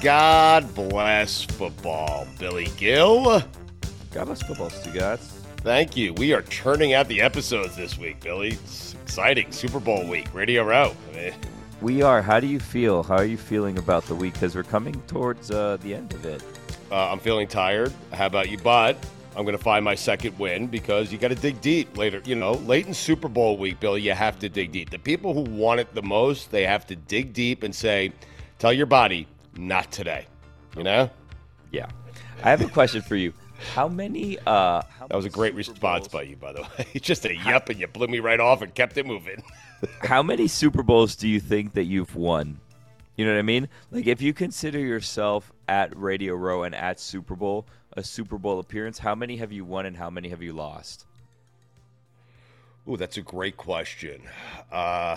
God bless football, Billy Gill. God bless football, Stu Gatz. Thank you. We are churning out the episodes this week, Billy. It's exciting. Super Bowl week, Radio Row. I mean, We are. How do you feel? How are you feeling about the week? Because we're coming towards uh, the end of it. uh, I'm feeling tired. How about you? But I'm going to find my second win because you got to dig deep later. You know, late in Super Bowl week, Billy, you have to dig deep. The people who want it the most, they have to dig deep and say, tell your body, not today. You know? Yeah. I have a question for you. How many? Uh, how That was a many great Super response Bowls- by you, by the way. Just a yep, and you blew me right off and kept it moving. How many Super Bowls do you think that you've won? You know what I mean? Like, if you consider yourself at Radio Row and at Super Bowl a Super Bowl appearance, how many have you won and how many have you lost? Ooh, that's a great question. Uh,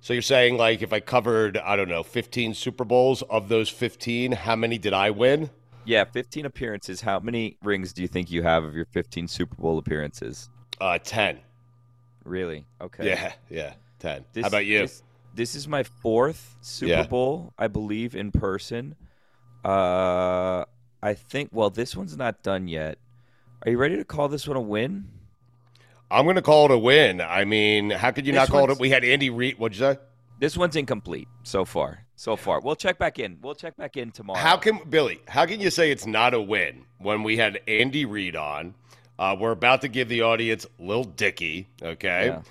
so you're saying like if I covered, I don't know, 15 Super Bowls, of those 15, how many did I win? Yeah, 15 appearances. How many rings do you think you have of your 15 Super Bowl appearances? Uh, 10. Really? Okay. Yeah, yeah, 10. This, how about you? This, this is my fourth Super Yeah. Bowl, I believe, in person. Uh, I think. Well, this one's not done yet. Are you ready to call this one a win? I'm going to call it a win. I mean, how could you This not call it? one's- a- We had Andy Reid. What'd you say? This one's incomplete so far. So far, we'll check back in. We'll check back in tomorrow. How can Billy? How can you say it's not a win when we had Andy Reid on? Uh, we're about to give the audience Lil Dicky. Okay, Yeah.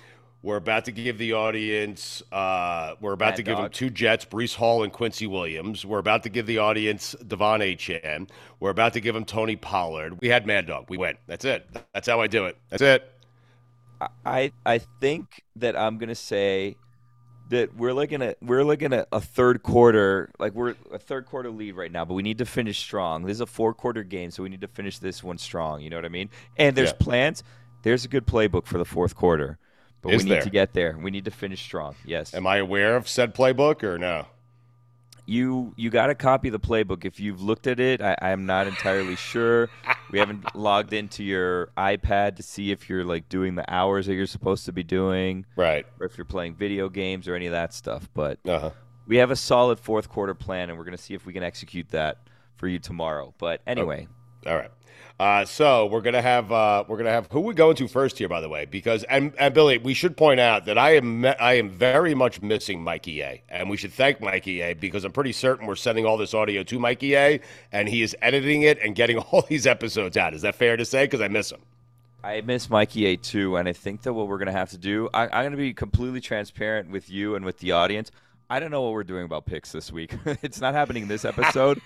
we're about to give the audience. Uh, we're about Mad to give them Dog. two Jets, Brees Hall and Quincy Williams. We're about to give the audience Devon Achan. We're about to give them Tony Pollard. We had Mad Dog. We went. That's it. That's how I do it. That's it. I I think that I'm gonna say that we're looking at we're looking at a third quarter like we're a third quarter lead right now, but we need to finish strong. This is a four quarter game, so we need to finish this one strong. You know what I mean? And there's Yeah. plans. There's a good playbook for the fourth quarter, but Is we need there? to get there. We need to finish strong. Yes, Am I aware of said playbook or no? you you got to copy the playbook if you've looked at it. I, I'm not entirely sure. We haven't logged into your iPad to see if you're like doing the hours that you're supposed to be doing Right. or if you're playing video games or any of that stuff. But Uh huh. we have a solid fourth quarter plan, and we're going to see if we can execute that for you tomorrow. But anyway, All right. Uh, so we're gonna have uh, we're gonna have who we going to first here, by the way, because and, and Billy, we should point out that I am me- I am very much missing Mikey A, and we should thank Mikey A because I'm pretty certain we're sending all this audio to Mikey A, and he is editing it and getting all these episodes out. Is that fair to say? Because I miss him. I miss Mikey A too, and I think that what we're going to have to do, I, I'm going to be completely transparent with you and with the audience. I don't know what we're doing about picks this week. it's not happening this episode,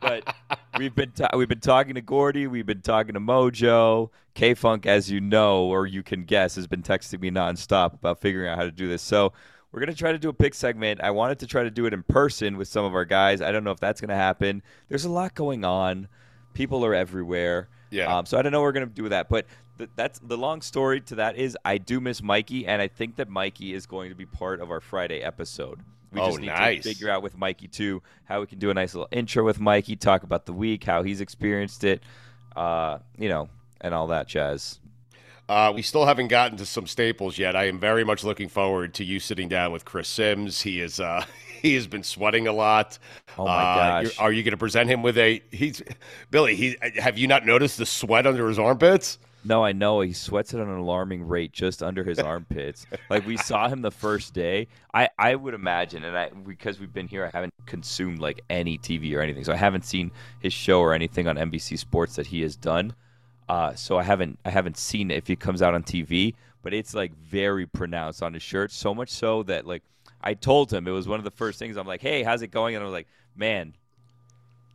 but we've been ta- we've been talking to Gordy, we've been talking to Mojo. K Funk, as you know or you can guess, has been texting me nonstop about figuring out how to do this. So We're gonna try to do a pick segment. I wanted to try to do it in person with some of our guys. I don't know if that's gonna happen. There's a lot going on. People are everywhere. Yeah. Um, so I don't know what we're gonna do with that, but th- that's the long story to that is I do miss Mikey, and I think that Mikey is going to be part of our Friday episode. We Oh, just need nice. to figure out with Mikey too how we can do a nice little intro with Mikey, talk about the week, how he's experienced it, uh, you know, and all that jazz. Uh, we still haven't gotten to some staples yet. I am very much looking forward to you sitting down with Chris Sims. He is uh, he has been sweating a lot. Oh my Uh, gosh. you're- Are you going to present him with a? He's Billy. He have you not noticed the sweat under his armpits? No, I know he sweats at an alarming rate just under his armpits. Like we saw him the first day. I I would imagine, and I because we've been here, I haven't consumed like any TV or anything, so I haven't seen his show or anything on NBC Sports that he has done. Uh, so I haven't I haven't seen if he comes out on TV, but it's like very pronounced on his shirt. So much so that like I told him it was one of the first things. I'm like, hey, how's it going? And I was like, man,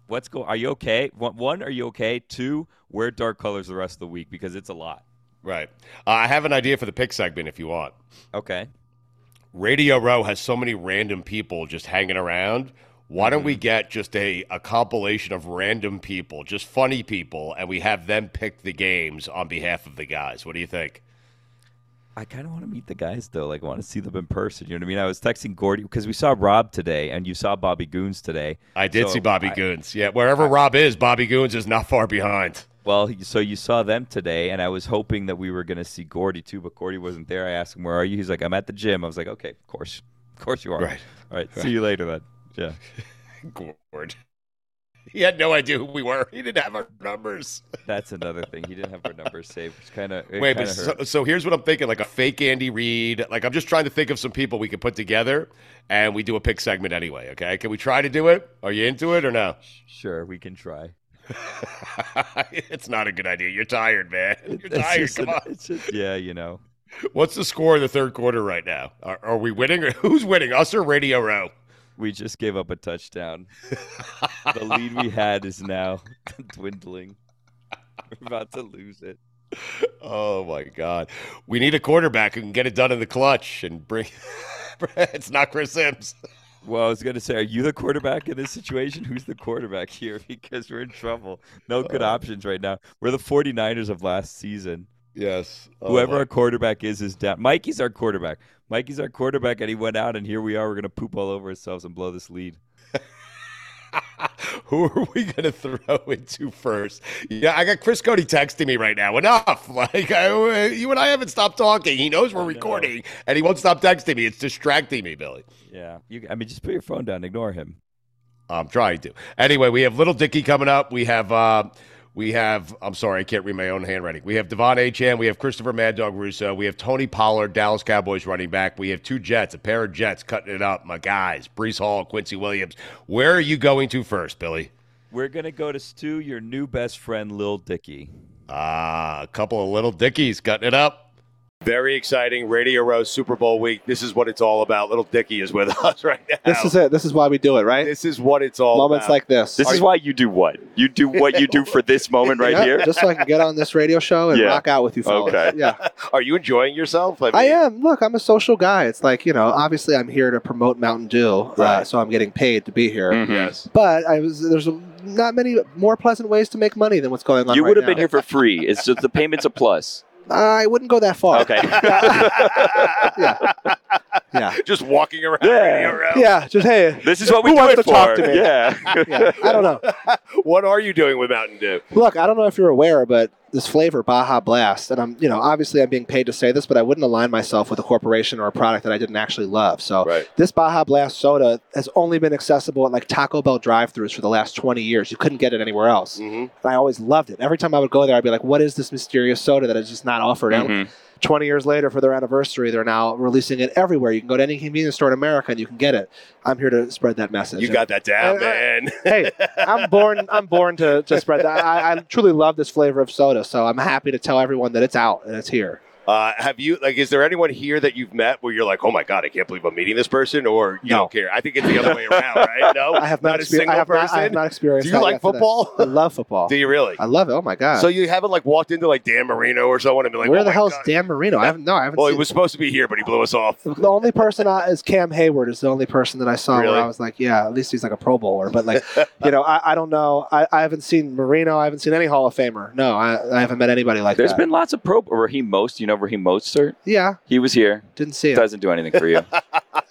what's going? Are you okay? One, one, are you okay? Two, wear dark colors the rest of the week because it's a lot. Right. Uh, I have an idea for the pick segment if you want. Okay. Radio Row has so many random people just hanging around. Why don't Mm-hmm. we get just a, a compilation of random people, just funny people, and we have them pick the games on behalf of the guys? What do you think? I kind of want to meet the guys though. Like, I want to see them in person. You know what I mean? I was texting Gordy because we saw Rob today, and you saw Bobby Goons today. I did So see Bobby I- Goons. Yeah, wherever Rob is, Bobby Goons is not far behind. Well, he- so you saw them today, and I was hoping that we were going to see Gordy too, but Gordy wasn't there. I asked him, "Where are you?" He's like, "I'm at the gym." I was like, "Okay, of course, of course you are." Right. All right. See you later then. Yeah. Gord. He had no idea who we were. He didn't have our numbers. That's another thing. He didn't have our numbers saved, which kind of Wait, but so, so here's what I'm thinking: like a fake Andy Reid. Like I'm just trying to think of some people we could put together, and we do a pick segment anyway. Okay, can we try to do it? Are you into it or no? sure we can try. it's not a good idea. You're tired, man. You're That's tired. just Come an- on. it's just- yeah, you know. What's the score of the third quarter right now? Are, are we winning? Or, who's winning? Us or Radio Row? We just gave up a touchdown. the lead we had is now dwindling. We're about to lose it. Oh my God. We need a quarterback who can get it done in the clutch and bring. it's not Chris Sims. Well, I was going to say, are you the quarterback in this situation? Who's the quarterback here? Because we're in trouble. No good Uh, options right now. We're the 49ers of last season. Yes. Oh Whoever my- our quarterback is, is down. Mikey's our quarterback. Mikey's our quarterback, and he went out, and here we are. We're going to poop all over ourselves and blow this lead. Who are we gonna throw into first? Yeah, I got Chris Cody texting me right now. Enough! Like I, you and I haven't stopped talking. He knows we're know. recording, and he won't stop texting me. It's distracting me, Billy. Yeah. You, I mean, just put your phone down. Ignore him. I'm trying to. Anyway, we have Little Dicky coming up. We have. Uh, we have, I'm sorry, I can't read my own handwriting. We have Devon Achan. We have Christopher Mad Dog Russo. We have Tony Pollard, Dallas Cowboys running back. We have two Jets, a pair of Jets cutting it up. My guys, Brees Hall, Quincy Williams. Where are you going to first, Billy? We're going to go to Stu, your new best friend, Lil Dicky. Ah, a couple of little dickies cutting it up. Very exciting Radio Row Super Bowl week. This is what it's all about. Little Dicky is with us right now. This is it. This is why we do it, right? This is what it's all Moments about. like this. This is why you do what? You do what you do for this moment right Yeah, here? Just so I can get on this radio show and Yeah. rock out with you fellas. Okay. Yeah. Are you enjoying yourself? I am. Look, I'm a social guy. It's like, you know, obviously I'm here to promote Mountain Dew, uh, Right. Mm-hmm. so I'm getting paid to be here. Yes. But I was there's not many more pleasant ways to make money than what's going on You right would have now. been here for free. It's just the payment's a plus. I wouldn't go that far. Okay. yeah. Yeah. Just walking around Yeah. Radio Row. Yeah. Just hey. This is what we Who do wants it to for. talk to me? Yeah. Yeah. I don't know. What are you doing with Mountain Dew? Look, I don't know if you're aware, but this flavor, Baja Blast, and I'm, you know, obviously I'm being paid to say this, but I wouldn't align myself with a corporation or a product that I didn't actually love. So Right. this Baja Blast soda has only been accessible at like Taco Bell drive-throughs for the last 20 years. You couldn't get it anywhere else. Mhm. And I always loved it. Every time I would go there, I'd be like, "What is this mysterious soda that is just not offered?" And Mm-hmm. 20 years later for their anniversary, they're now releasing it everywhere. You can go to any convenience store in America and you can get it. I'm here to spread that message. You got that down, Uh, uh, man. hey, I'm born. I'm born to, to spread that. I, I truly love this flavor of soda, so I'm happy to tell everyone that it's out and it's here. Uh, have you like? Is there anyone here that you've met where you're like, oh my god, I can't believe I'm meeting this person, or you No. don't care? I think it's the other way around, right? No, I have not, a exper- single I have person. Not, I have not experienced. Do that you like yet for that. football? I love football. Do you really? I love it. Oh my god. So you haven't like walked into like Dan Marino or someone and be like, where oh the my hell's God. Dan Marino? I haven't. No, I haven't. Well, he seen was supposed to be here, but he blew us off. The only person I, is Cam Hayward is the only person that I saw Really? where I was like, yeah, at least he's like a Pro Bowler. But like, you know, I, I don't know. I, I haven't seen Marino. I haven't seen any Hall of Famer. No, I, I haven't met anybody like There's that. been lots of pro. Raheem Most, you know Raheem Mostert? yeah, He was here. didn't see him. Doesn't do anything for you.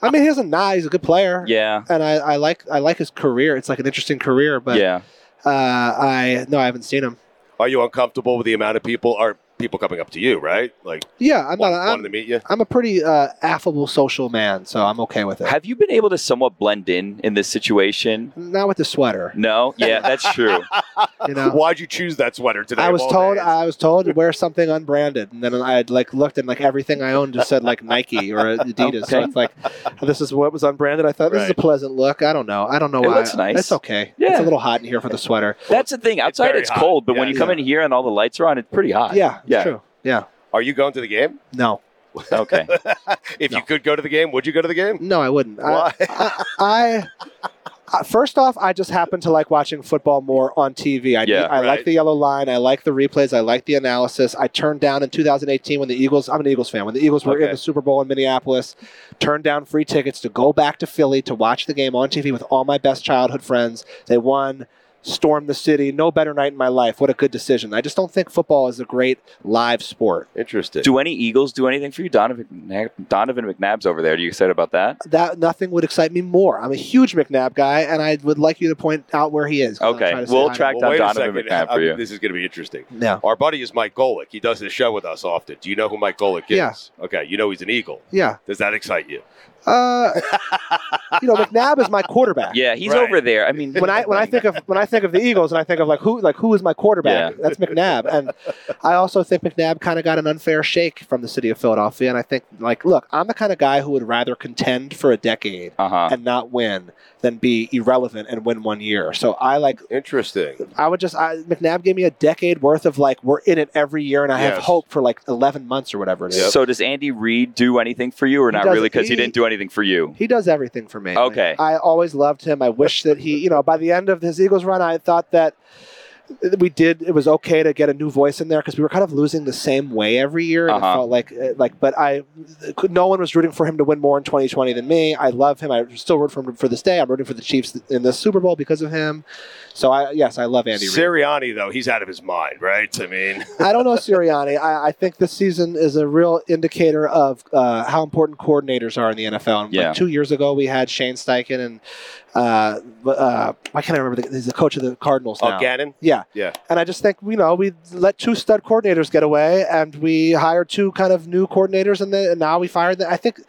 I mean, he's a nah. He's a good player. yeah. And I, I like I like his career. It's like an interesting career, but yeah. uh, I no, I haven't seen him. Are you uncomfortable with the amount of people? Are people coming up to you, right? Like Yeah, I'm want- not. wanting I'm, to meet you? I'm a pretty uh, affable social man, so I'm okay with it. Have you been able to somewhat blend in in this situation? Not with the sweater, No. Yeah, that's true. you know. Why'd you choose that sweater today? I of was all told days? I was told to wear something unbranded, and then I had like looked and like everything I owned just said like Nike or Adidas. So Okay. it's like this is what was unbranded. I thought this is a Right. pleasant look. I don't know. I don't know It why. looks nice. It's okay. Yeah. It's a little hot in here for the sweater. That's the thing. Outside, very it's, hot. cold, but when Yeah, you come in here and all the lights are on, it's pretty hot. Yeah. It's Yeah. True. Yeah. Are you going to the game? No. Okay. if you could go to the game, would you go to the game? No, I wouldn't. Why? I, I, I- first off, I just happen to like watching football more on TV. I, Yeah, I like right. the yellow line. I like the replays. I like the analysis. I turned down in 2018 when the Eagles. I'm an Eagles fan. When the Eagles were in Okay. the Super Bowl in Minneapolis, turned down free tickets to go back to Philly to watch the game on TV with all my best childhood friends. They won. Stormed the city. No better night in my life. What a good decision. I just don't think football is a great live sport. Interesting. do any Eagles do anything for you? Donovan, McNabb- Donovan McNabb's over there. Are you excited about that? that nothing would excite me more. I'm a huge McNabb guy, and I would like you to point out where he is. uh, 'cause I'll Okay, try to we'll say hi track to down wait a Donovan second. McNabb for I- you. This is going to be interesting. him. Yeah, Our buddy is Mike Golick. He does this show with us often. Do you know who Mike Golick is? Yeah. Okay, you know he's an Eagle. yeah. Does that excite you? Uh, you know, McNabb is my quarterback. Yeah, he's Right. over there. I mean, When I when I think of when I think of the Eagles and I think of like who like who is my quarterback? That's McNabb, and I also think McNabb kind of got an unfair shake from the city of Philadelphia. And I think like, look, I'm the kind of guy who would rather contend for a decade uh huh. and not win than be irrelevant and win one year. So I like Interesting. I would just I, McNabb gave me a decade worth of like we're in it every year, and I have Yes. hope for like eleven months or whatever it is. So does Andy Reid do anything for you, or He not doesn't- really? Because he, he- didn't do anything for you. He does everything for me. Like, Okay. I always loved him. I wish that he, you know, by the end of his Eagles run, I thought that we did. It was okay to get a new voice in there because we were kind of losing the same way every year. And Uh-huh. It felt like, eh, like, but I, could, no one was rooting for him to win more in 2020 than me. I love him. I still root for him for this day. I'm rooting for the Chiefs in the Super Bowl because of him. So I, yes, I love Andy. Reid. Sirianni, though, he's out of his mind, right? I mean, I don't know Sirianni. I, I think this season is a real indicator of uh, how important coordinators are in the NFL. And Yeah. like two years ago, we had Shane Steichen and uh, uh, I can't I remember. The, he's the coach of the Cardinals now. oh, Gannon. Yeah. Yeah. And I just think, you know, we let two stud coordinators get away and we hired two kind of new coordinators and, then, and now we fired them. I think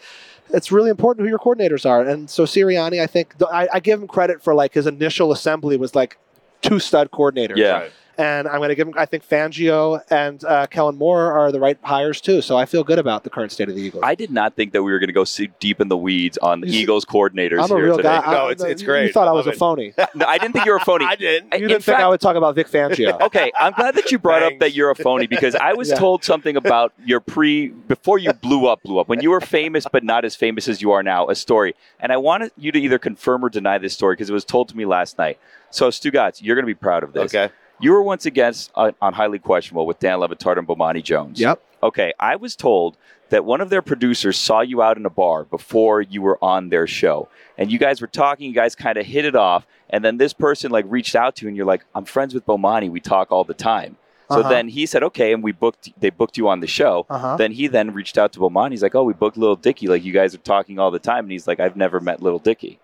it's really important who your coordinators are. And so Sirianni, I think, I, I give him credit for like his initial assembly was like two stud coordinators Yeah. Right. and I'm going to give him. I think Fangio and uh, Kellen Moore are the right hires too. So I feel good about the current state of the Eagles. I did not think that we were going to go so deep in the weeds on the You see- Eagles coordinators am a here real today. guy. No, I- it's- it's you- You great. thought I, I was love a it. phony. No, I didn't think you were phony. I didn't. I- You in didn't think fact- I would talk about Vic Fangio. Okay, I'm glad that you brought up that Thanks. you're a phony because I was Yeah. told something about your pre before you blew up, blew up when you were famous but not as famous as you are now. A story, and I wanted you to either confirm or deny this story because it was told to me last night. So Stu Gatz, you're going to be proud of this. Okay. You were once against on, on highly questionable with Dan Levitard and Bomani Jones. Yep. Okay, I was told that one of their producers saw you out in a bar before you were on their show, and you guys were talking. You guys kind of hit it off, and then this person like reached out to you, and you're like, "I'm friends with Bomani. We talk all the time." So Uh-huh. then he said, "Okay," and we booked. They booked you on the show. Uh-huh. Then he then reached out to Bomani. He's like, "Oh, we booked Little Dicky. Like you guys are talking all the time," and he's like, "I've never met Little Dicky."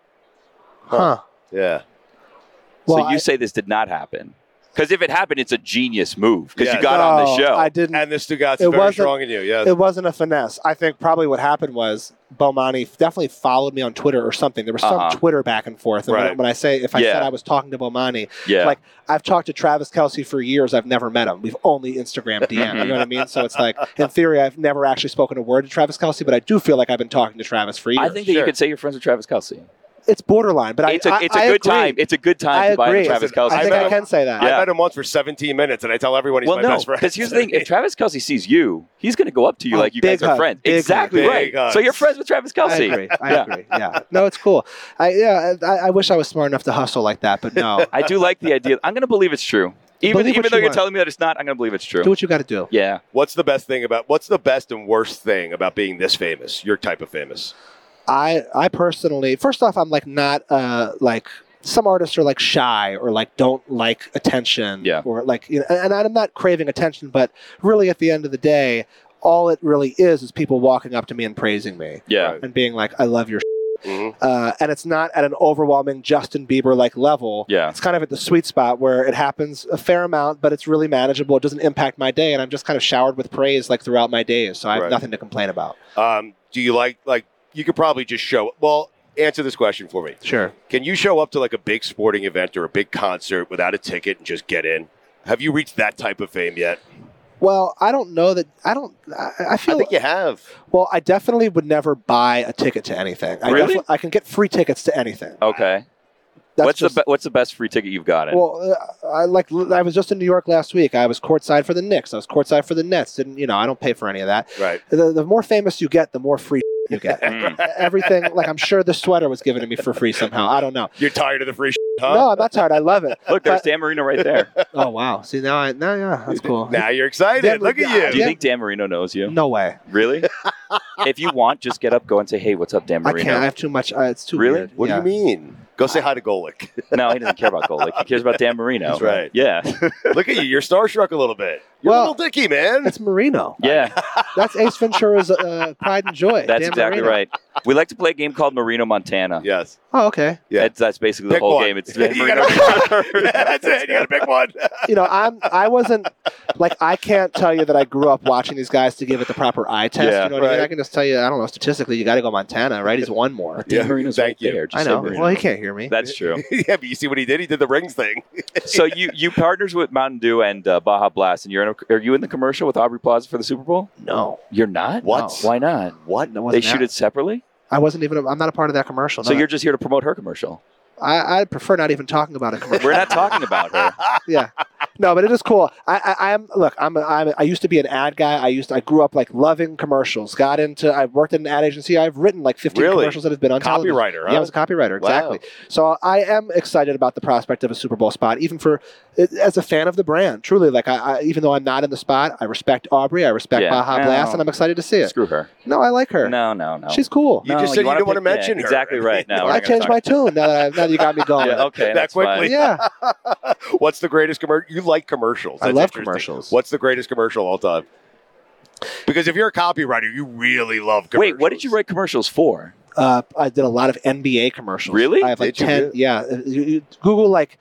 Huh. Yeah. Well, so you I- say this did not happen. Because if it happened, it's a genius move because you Yes. got on the No, show. Oh, I didn't. And the Stugat's It very wasn't- strong in you. Yes. it wasn't a finesse. I think probably what happened was Bomani definitely followed me on Twitter or something. There was some Uh-huh. Twitter back and forth. And when- Right. when I say if I Yeah. said I was talking to Bomani, yeah. Like I've talked to Travis Kelsey for years. I've never met him. We've only Instagram DM. you know what I mean? So it's like in theory, I've never actually spoken a word to Travis Kelsey, but I do feel like I've been talking to Travis for years. I think that you Sure. could say you're friends with Travis Kelsey. it's borderline, but it's I, a I- it's a I good agree. time. It's a good time I to buy into agree. Travis Listen, Kelsey. I I think met I him- can say that. I Yeah. met him once for 17 minutes, and I tell everyone he's well, my no, best friend. because here's the thing: if Travis Kelsey sees you, he's going to go up to you Oh, like you big guys are hug, friends. big hug, exactly big right. hug. So you're friends with Travis I Kelsey. agree. I Yeah. agree. Yeah. No, it's cool. I yeah. I, I wish I was smart enough to hustle like that, but no. I do like the idea. I'm going to believe it's true, even Believe what even though you you're want. telling me that it's not. I'm going to believe it's true. do what you got to do. yeah. What's the best thing about what's the best and worst thing about being this famous? Your type of famous. I I personally, first off, I'm like not uh like some artists are like shy or like don't like attention. Yeah. Or like you know, and I'm not craving attention, but really at the end of the day, all it really is is people walking up to me and praising me Yeah. Right. and being like, "I love your." Mhm. Uh, and it's not at an overwhelming Justin Bieber like level. Yeah. It's kind of at the sweet spot where it happens a fair amount, but it's really manageable. It doesn't impact my day, and I'm just kind of showered with praise like throughout my days. So I have Right. nothing to complain about. Um, do you like like you could probably just show well, answer this question for me. Sure. Can you show up to like a big sporting event or a big concert without a ticket and just get in? Have you reached that type of fame yet? Well, I don't know that. I don't. I, I feel. I think you have. well, I definitely would never buy a ticket to anything. I, Really? defi- I can get free tickets to anything. Okay. That's what's just, the be- what's the best free ticket you've gotten? Well, uh, I like. I was just in New York last week. I was courtside for the Knicks. I was courtside for the Nets. Didn't you know? I don't pay for any of that. Right. The, the more famous you get, the more free you get. E, Mm. Everything. Like I'm sure this sweater was given to me for free somehow. I don't know. You're tired of the free shit, huh? No, I'm not tired. I love it. Look, there's Dan Marino right there. Oh wow. See now, I now yeah, that's cool. Now you're excited. Then- Look at Do you. you Yeah. think Dan Marino knows you? No way. Really? if you want, just get up, go and say, "Hey, what's up, Dan I Marino?" can't. I have too much. Uh, it's too Really? weird. What Yeah. do you mean? Go say hi to Golik. No, he doesn't care about Golik. He cares about Dan Marino. That's right. Yeah. Look at you. You're starstruck a little bit. You're Well- a little dicky, man. That's Marino. Yeah. That's Ace Ventura's uh, Pride and Joy. That's Dan exactly Marino. right. We like to play a game called Marino Montana. Yes. Oh, okay. Yeah. That's, that's basically the Pick whole one. game. It's You Dan Marino. gotta pick one. Yeah, that's it. You got to pick one. You know, I'm I wasn't like I can't tell you that I grew up watching these guys to give it the proper eye test. Yeah, you know what I mean? right. I can just tell you, I don't know, statistically, you got to go Montana, right? He's one more. Dan Yeah, Marino's thank right you. there. Just I say know. Marino. Well, he can't hear me. That's true. yeah, but you see what he did? He did the rings thing. So you you partners with Mountain Dew and uh, Baja Blast, and you're in a, are you in the commercial with Aubrey Plaza for the Super Bowl? no. You're not. What? Why not? What? No, They shoot it separately. I wasn't even. i I'm not a part of that commercial. So no. you're just here to promote her commercial. I, I prefer not even talking about a commercial. We're not talking about her. yeah. No, but it is cool. I, I I'm look. I'm, a, I'm a, I used to be an ad guy. I used to, I grew up like loving commercials. Got into I worked at an ad agency. I've written like 15 Really? commercials that have been on television. Copywriter, huh? Yeah, I was a copywriter. Wow. Exactly. So I am excited about the prospect of a Super Bowl spot, even for as a fan of the brand. Truly, like I, I even though I'm not in the spot, I respect Aubrey. I respect Yeah. Baja No. Blast, and I'm excited to see it. Screw her. No, I like her. No, no, no. She's cool. You No, just said you wanna didn't wanna pick- mention yeah, her. Exactly right. Now I changed my tune now that, I, now that you got me going. Yeah, okay. That that's fine. quickly. yeah. What's the greatest commercial? You like commercials. I That's love interesting. commercials. What's the greatest commercial of all time? Because if you're a copywriter, you really love commercials. Wait, what did you write commercials for? Uh, I did a lot of NBA commercials. Really? I have like Did you ten. really? Yeah, Uh, you- you Google like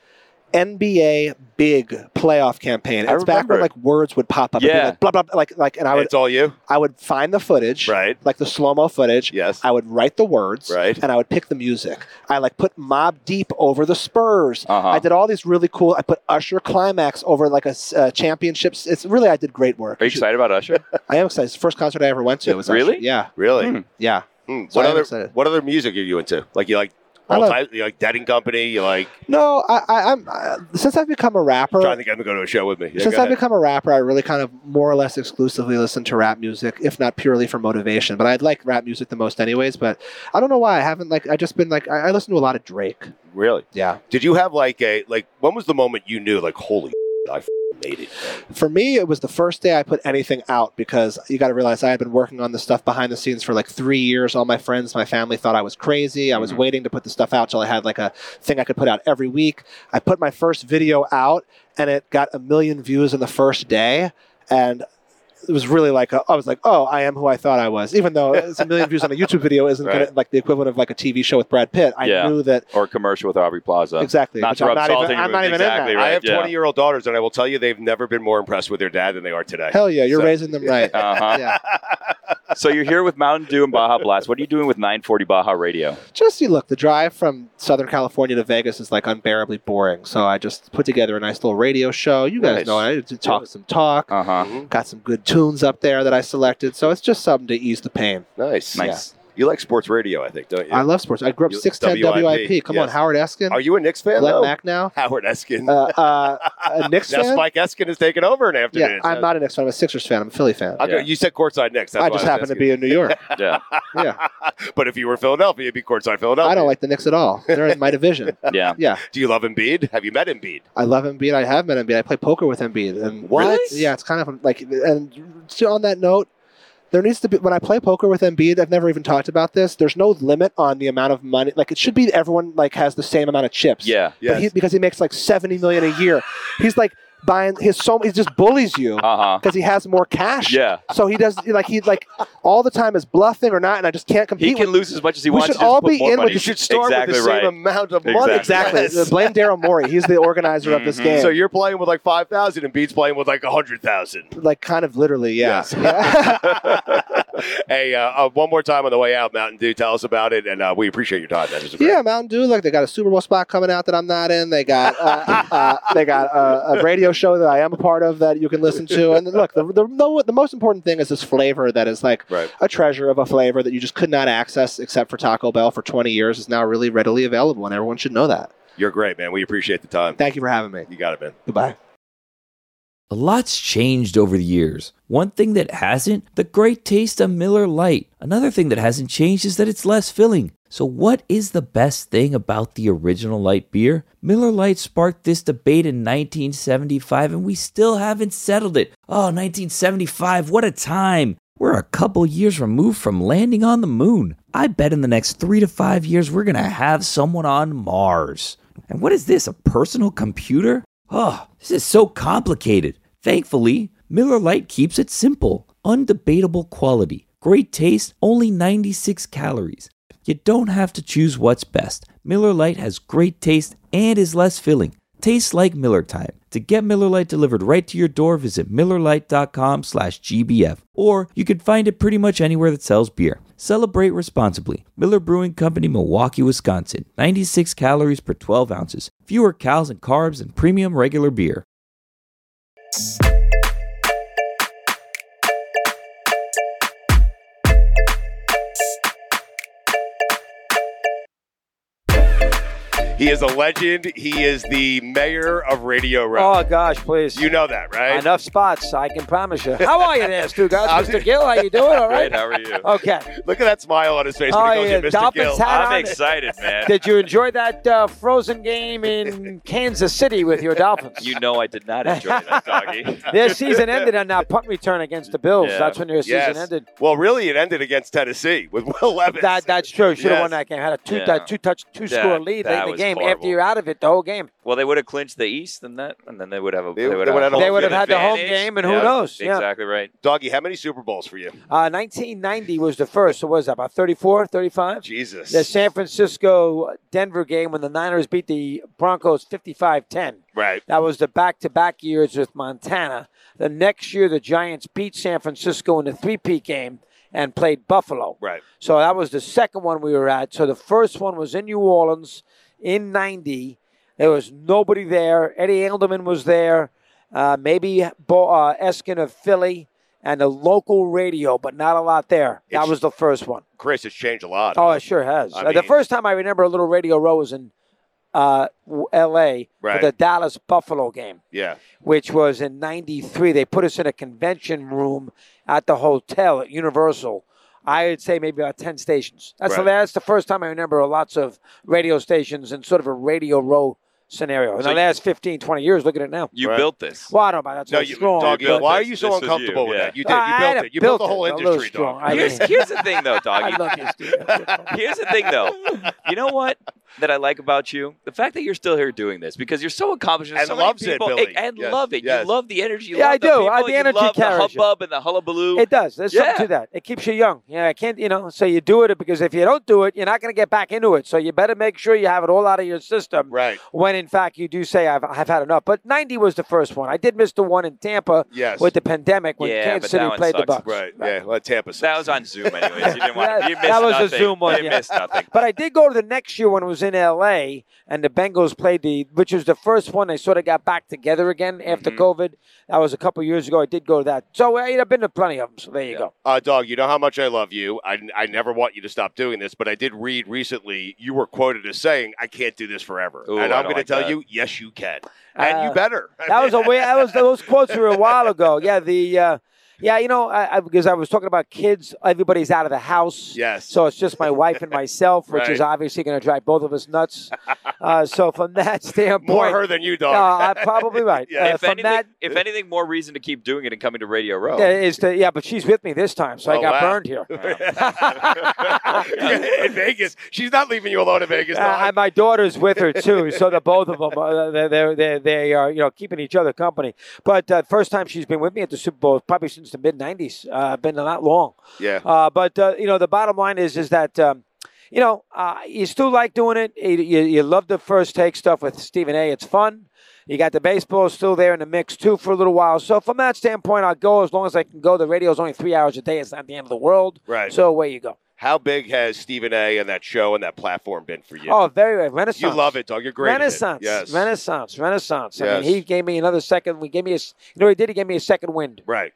NBA big playoff campaign. I It's back when remember. like words would pop up. It'd be Yeah. Like, blah blah. blah, Like like, and I would it's all you? I would find the footage. Right. Like the slow mo footage. Yes. I would write the words. Right. And I would pick the music. I like put Mob Deep over the Spurs. Uh-huh. I did all these really cool. I put Usher Climax over like a s- uh, championships. It's really I did great work. Are you excited about Usher? I am excited. It's the first concert I ever went to. was Usher. Really? Yeah. Really? Yeah. Hmm. So What I'm other excited. What other music are you into? Like you like I all love- types. You like Dead and Company. You like No, I, I, I'm I, since I've become a rapper. trying to get them to go to a show with me. Yeah, since go I've ahead. become a rapper, I really kind of more or less exclusively listen to rap music, if not purely for motivation. But I'd like rap music the most, anyways. But I don't know why I haven't like I just been like I, I listen to a lot of Drake. really. Yeah, Did you have like a like? When was the moment you knew like holy? I f***ing made it. for me it was the first day I put anything out because you got to realize I had been working on the stuff behind the scenes for like three years. All my friends, my family thought I was crazy. I was waiting to put the stuff out till I had like a thing I could put out every week. I put my first video out and it got a million views in the first day, and it was really like a, I was like, oh, I am who I thought I was. Even though it's a million views on a YouTube video isn't gonna, Right. like the equivalent of like a TV show with Brad Pitt. I Yeah. knew that Or a commercial with Aubrey Plaza? exactly. Not which to I'm rub not salt even, in your I'm wound. not even exactly in that. right. I have yeah. twenty-year-old daughters, and I will tell you, they've never been more impressed with their dad than they are today. Hell yeah, you're So- raising them right. Uh-huh. Yeah. So you're here with Mountain Dew and Baja Blast. What are you doing with 940 Baja Radio? just you look the drive from southern california to vegas is like unbearably boring so i just put together a nice little radio show you guys Nice. know i did talk some talk Uh huh. Mhm. got some good tunes up there that i selected so it's just something to ease the pain Nice. Nice. You like sports radio, I think, don't you? I love sports. I grew up You- 610 WIP. WIP, Come on, yes. Howard Eskin. Are you a Knicks fan? Glenn though? Mack now. Howard Eskin. Uh, uh, a Knicks now fan? Spike Eskin is taking over in yeah, afternoon. I'm not a Knicks fan. I'm a Sixers fan. I'm a Philly fan. I'll go- Yeah. You said courtside Knicks. That's I why just was happen to asking. be in New York. Yeah, Yeah, But if you were Philadelphia, it'd be courtside Philadelphia. I don't like the Knicks at all. They're in my division. yeah. Yeah, Do you love Embiid? Have you met Embiid? I love Embiid. I have met Embiid. I play poker with Embiid. And What? Really? Yeah, it's kind of like. And so on that note, there needs to be when I play poker with Embiid. I've never even talked about this. There's no limit on the amount of money. Like it should be everyone like has the same amount of chips. Yeah. But he, because he makes like seventy million a year, he's like buying his so he just bullies you Uh huh. because he has more cash. Yeah. So he does like he like all the time is bluffing or not, and I just can't compete. He can with, lose as much as he We wants. should just all put be more in money. with You should start exactly with the right. same amount of money. exactly. Yes. Blame Daryl Morey. He's the organizer of Mm-hmm. this game. Mm-hmm. So you're playing with like five thousand, and Embiid's playing with like hundred thousand. like kind of literally, yeah. Yes. hey, uh, uh, one more time on the way out, Mountain Dew. Tell us about it, and uh, we appreciate your time. That is great. Yeah, Mountain Dew. Look, they got a Super Bowl spot coming out that I'm not in. They got uh, uh, they got a, a radio show that I am a part of that you can listen to. And look, the, the, the, the most important thing is this flavor that is like Right. a treasure of a flavor that you just could not access except for Taco Bell for 20 years is now really readily available, and everyone should know that. You're great, man. We appreciate the time. Thank you for having me. You got it, man. Goodbye. A lot's changed over the years. One thing that hasn't, the great taste of Miller Lite. Another thing that hasn't changed is that it's less filling. So, what is the best thing about the original light beer? Miller Lite sparked this debate in 1975, and we still haven't settled it. Oh, 1975, what a time! We're a couple years removed from landing on the moon. I bet in the next three to five years, we're gonna have someone on Mars. And what is this, a personal computer? Oh, this is so complicated. Thankfully, Miller Lite keeps it simple, undebatable quality, great taste, only 96 calories. You don't have to choose what's best. Miller Lite has great taste and is less filling. Tastes like Miller time. To get Miller Lite delivered right to your door, visit MillerLite.com slash GBF. Or you can find it pretty much anywhere that sells beer. Celebrate responsibly. Miller Brewing Company, Milwaukee, Wisconsin. 96 calories per 12 ounces. Fewer calories and carbs than premium regular beer. He is a legend. He is the mayor of Radio Row. Oh gosh, please. you know that, right? Enough spots, I can promise you. How are you there, Stu Guys? How's Mr. Gill, how you doing? All right? Great. How are you? Okay. Look at that smile on his face when Oh, he calls yeah, you Mr. Dolphins Gill. hat on. I'm excited, man. Did you enjoy that uh, frozen game in Kansas City with your Dolphins? You know I did not enjoy that doggy. Their season ended on that punt return against the Bills. Yeah. That's when their Yes. season ended. Well, really, it ended against Tennessee with Will Levis. That, that's true. Should have Yes. won that game. Had a two Yeah. that two touch two score That- lead that late in the was game. horrible. After you're out of it, the whole game. Well, they would have clinched the East, and that, and then they would have a. They- They, would they would have. have They would have good had the home advantage. game, and who Yeah, knows? Yeah. Exactly right. Doggy, how many Super Bowls for you? Uh, 1990 was the first. So what is that about 34, 35? Jesus. The San Francisco Denver game when the Niners beat the Broncos 55 10. Right. That was the back to back years with Montana. The next year, the Giants beat San Francisco in the three peat game and played Buffalo. Right. So that was the second one we were at. So the first one was in New Orleans in 90. There was nobody there. Eddie Alderman was there, uh, maybe Bo, uh, Eskin of Philly, and the local radio, but not a lot there. That It's- was the first one. Chris, it's changed a lot. Oh, it sure has. I Uh, the mean- first time I remember a little radio row was in uh, w- L.A. Right. for the Dallas Buffalo game, yeah. which was in '93. They put us in a convention room at the hotel at Universal. I would say maybe about ten stations. That's the Right. last, the first time I remember lots of radio stations in sort of a radio row scenario. In So the you- last 15, 20 years, look at it now. You Right. built this. Well, I don't know about that. No, so you, strong. Doggy, but- why are you so This is you, uncomfortable with yeah. that? You did. You I built had it. You built built the whole it, a little industry, strong. dog. I Here's, mean- here's the thing, though, doggy. I love you, Steve. Here's the thing, though. You know what that I like about you? The fact that you're still here doing this because you're so accomplished. and And so many loves it, people, Billy. And Yes, love it. yes. You love the energy. You Yeah, love I the do. People, I- the you energy love carries the you. hubbub and the hullabaloo. It does. There's Yeah. something to that. It keeps you young. Yeah, I can't, you know, so you do it because if you don't do it, you're not going to get back into it. So you better make sure you have it all out of your system. Right. When in fact you do say, I've, I've had enough. But 90 was the first one. I did miss the one in Tampa Yes. with the pandemic when Yeah, Kansas but that City one played the sucks. Bucks. Right. Yeah. Well, Tampa. sucks. That was on Zoom, anyways. You didn't want. That- You missed that was a nothing. Zoom one, You yeah. missed nothing. But I did go to the next year when it was in in L.A. and the Bengals played the, which was the first one they sort of got back together again after Mm-hmm. COVID. That was a couple years ago. I did go to that. So I, I've been to plenty of them. So there you go. Uh, dog, you know how much I love you. I, I never want you to stop doing this, but I did read recently you were quoted as saying, I can't do this forever. Ooh, and I I'm don't going like to tell that. you, yes, you can. And you Uh, better. That was a way. That was those quotes were a while ago. Yeah, the uh, yeah, you know, I, I, because I was talking about kids. Everybody's out of the house. Yes. So it's just my wife and myself, which is Right. obviously going to drive both of us nuts. Uh, so from that standpoint, More her than you, dog. No, I'm probably right. Uh, if, from anything, that, if anything, more reason to keep doing it and coming to Radio Row. yeah, is to, yeah, but she's with me this time, so I Oh, got wow. burned here. in Vegas. She's not leaving you alone in Vegas. Uh, dog. and my daughter's with her too, so the both of them uh, they they they they are you know keeping each other company. But uh, first time she's been with me at the Super Bowl probably since the mid '90s. Uh, been not long. Yeah. Uh, but uh, you know the bottom line is is that. Um, you know, uh, you still like doing it. You, you, you love the first take stuff with Stephen A. It's fun. You got the baseball still there in the mix too for a little while. So from that standpoint, I'll go as long as I can go. The radio's only three hours a day. It's not the end of the world. Right. So away you go. How big has Stephen A. and that show and that platform been for you? Oh, very renaissance. You love it, dog. You're great. at it. Renaissance. Yes. Renaissance. Renaissance. I Yes. mean, he gave me another second. We gave me a. s- You know, what he did. He gave me a second wind. Right.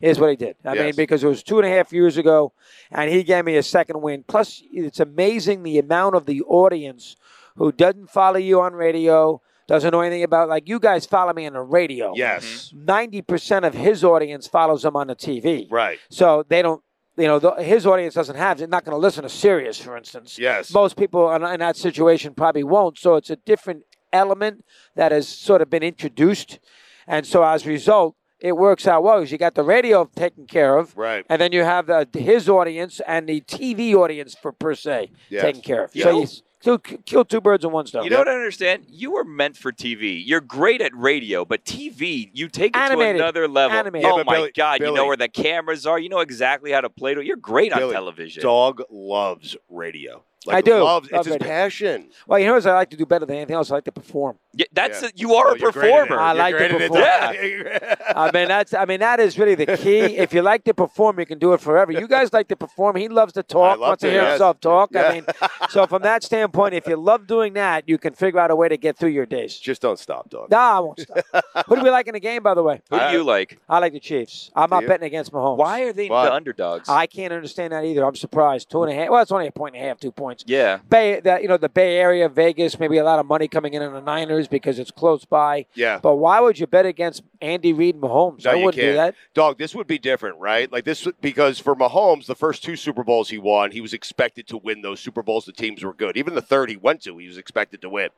Is what he did. I mean, Yes. because it was two and a half years ago, and he gave me a second wind. Plus, it's amazing the amount of the audience who doesn't follow you on radio, doesn't know anything about like you guys follow me on the radio. Yes. Ninety percent of his audience follows him on the TV. Right. So they don't. You know, the, his audience doesn't have. They're not going to listen to Sirius, for instance. Yes. Most people in, in that situation probably won't. So it's a different element that has sort of been introduced. And so as a result, it works out well because you got the radio taken care of. Right. And then you have the, his audience and the TV audience, for per se, Yes. taken care of. You So know- you s- kill, kill two birds with one stone. You know what I don't understand? You were meant for TV. You're great at radio, but TV, you take it Animated. to another level. Animated. Yeah, Oh but my Billy- God, you Billy- know where the cameras are. You know exactly how to play to. You're great on Billy, television. Dog loves radio. Like, I do. Loves, it's Love his radio. passion. Well, you know what I like to do better than anything else? I like to perform. Yeah, that's Yeah. it. you are Oh, a you're great at it. performer. I like to You're great at perform. it, dog. I mean, that's. I mean, that is really the key. If you like to perform, you can do it forever. You guys like to perform. He loves to talk. love wants to, to, hear yes. himself talk. Yeah. I mean, so from that standpoint, if you love doing that, you can figure out a way to get through your days. Just don't stop, dog. Nah, I won't stop. Who do we like in the game, by the way? Who do you like? I like the Chiefs. I'm Do not you? betting against Mahomes. Why are they Why? the underdogs? I can't understand that either. I'm surprised. Two and a half. Well, it's only a point and a half, two points. yeah. Bay, that you know, the Bay Area, Vegas, maybe a lot of money coming in on the Niners because it's close by. Yeah. But why would you bet against Andy Reid and Mahomes? I you wouldn't do that. Dog, this would be different, right? Like this because for Mahomes, the first two Super Bowls he won, he was expected to win those Super Bowls. The teams were good. Even the third he went to, he was expected to win.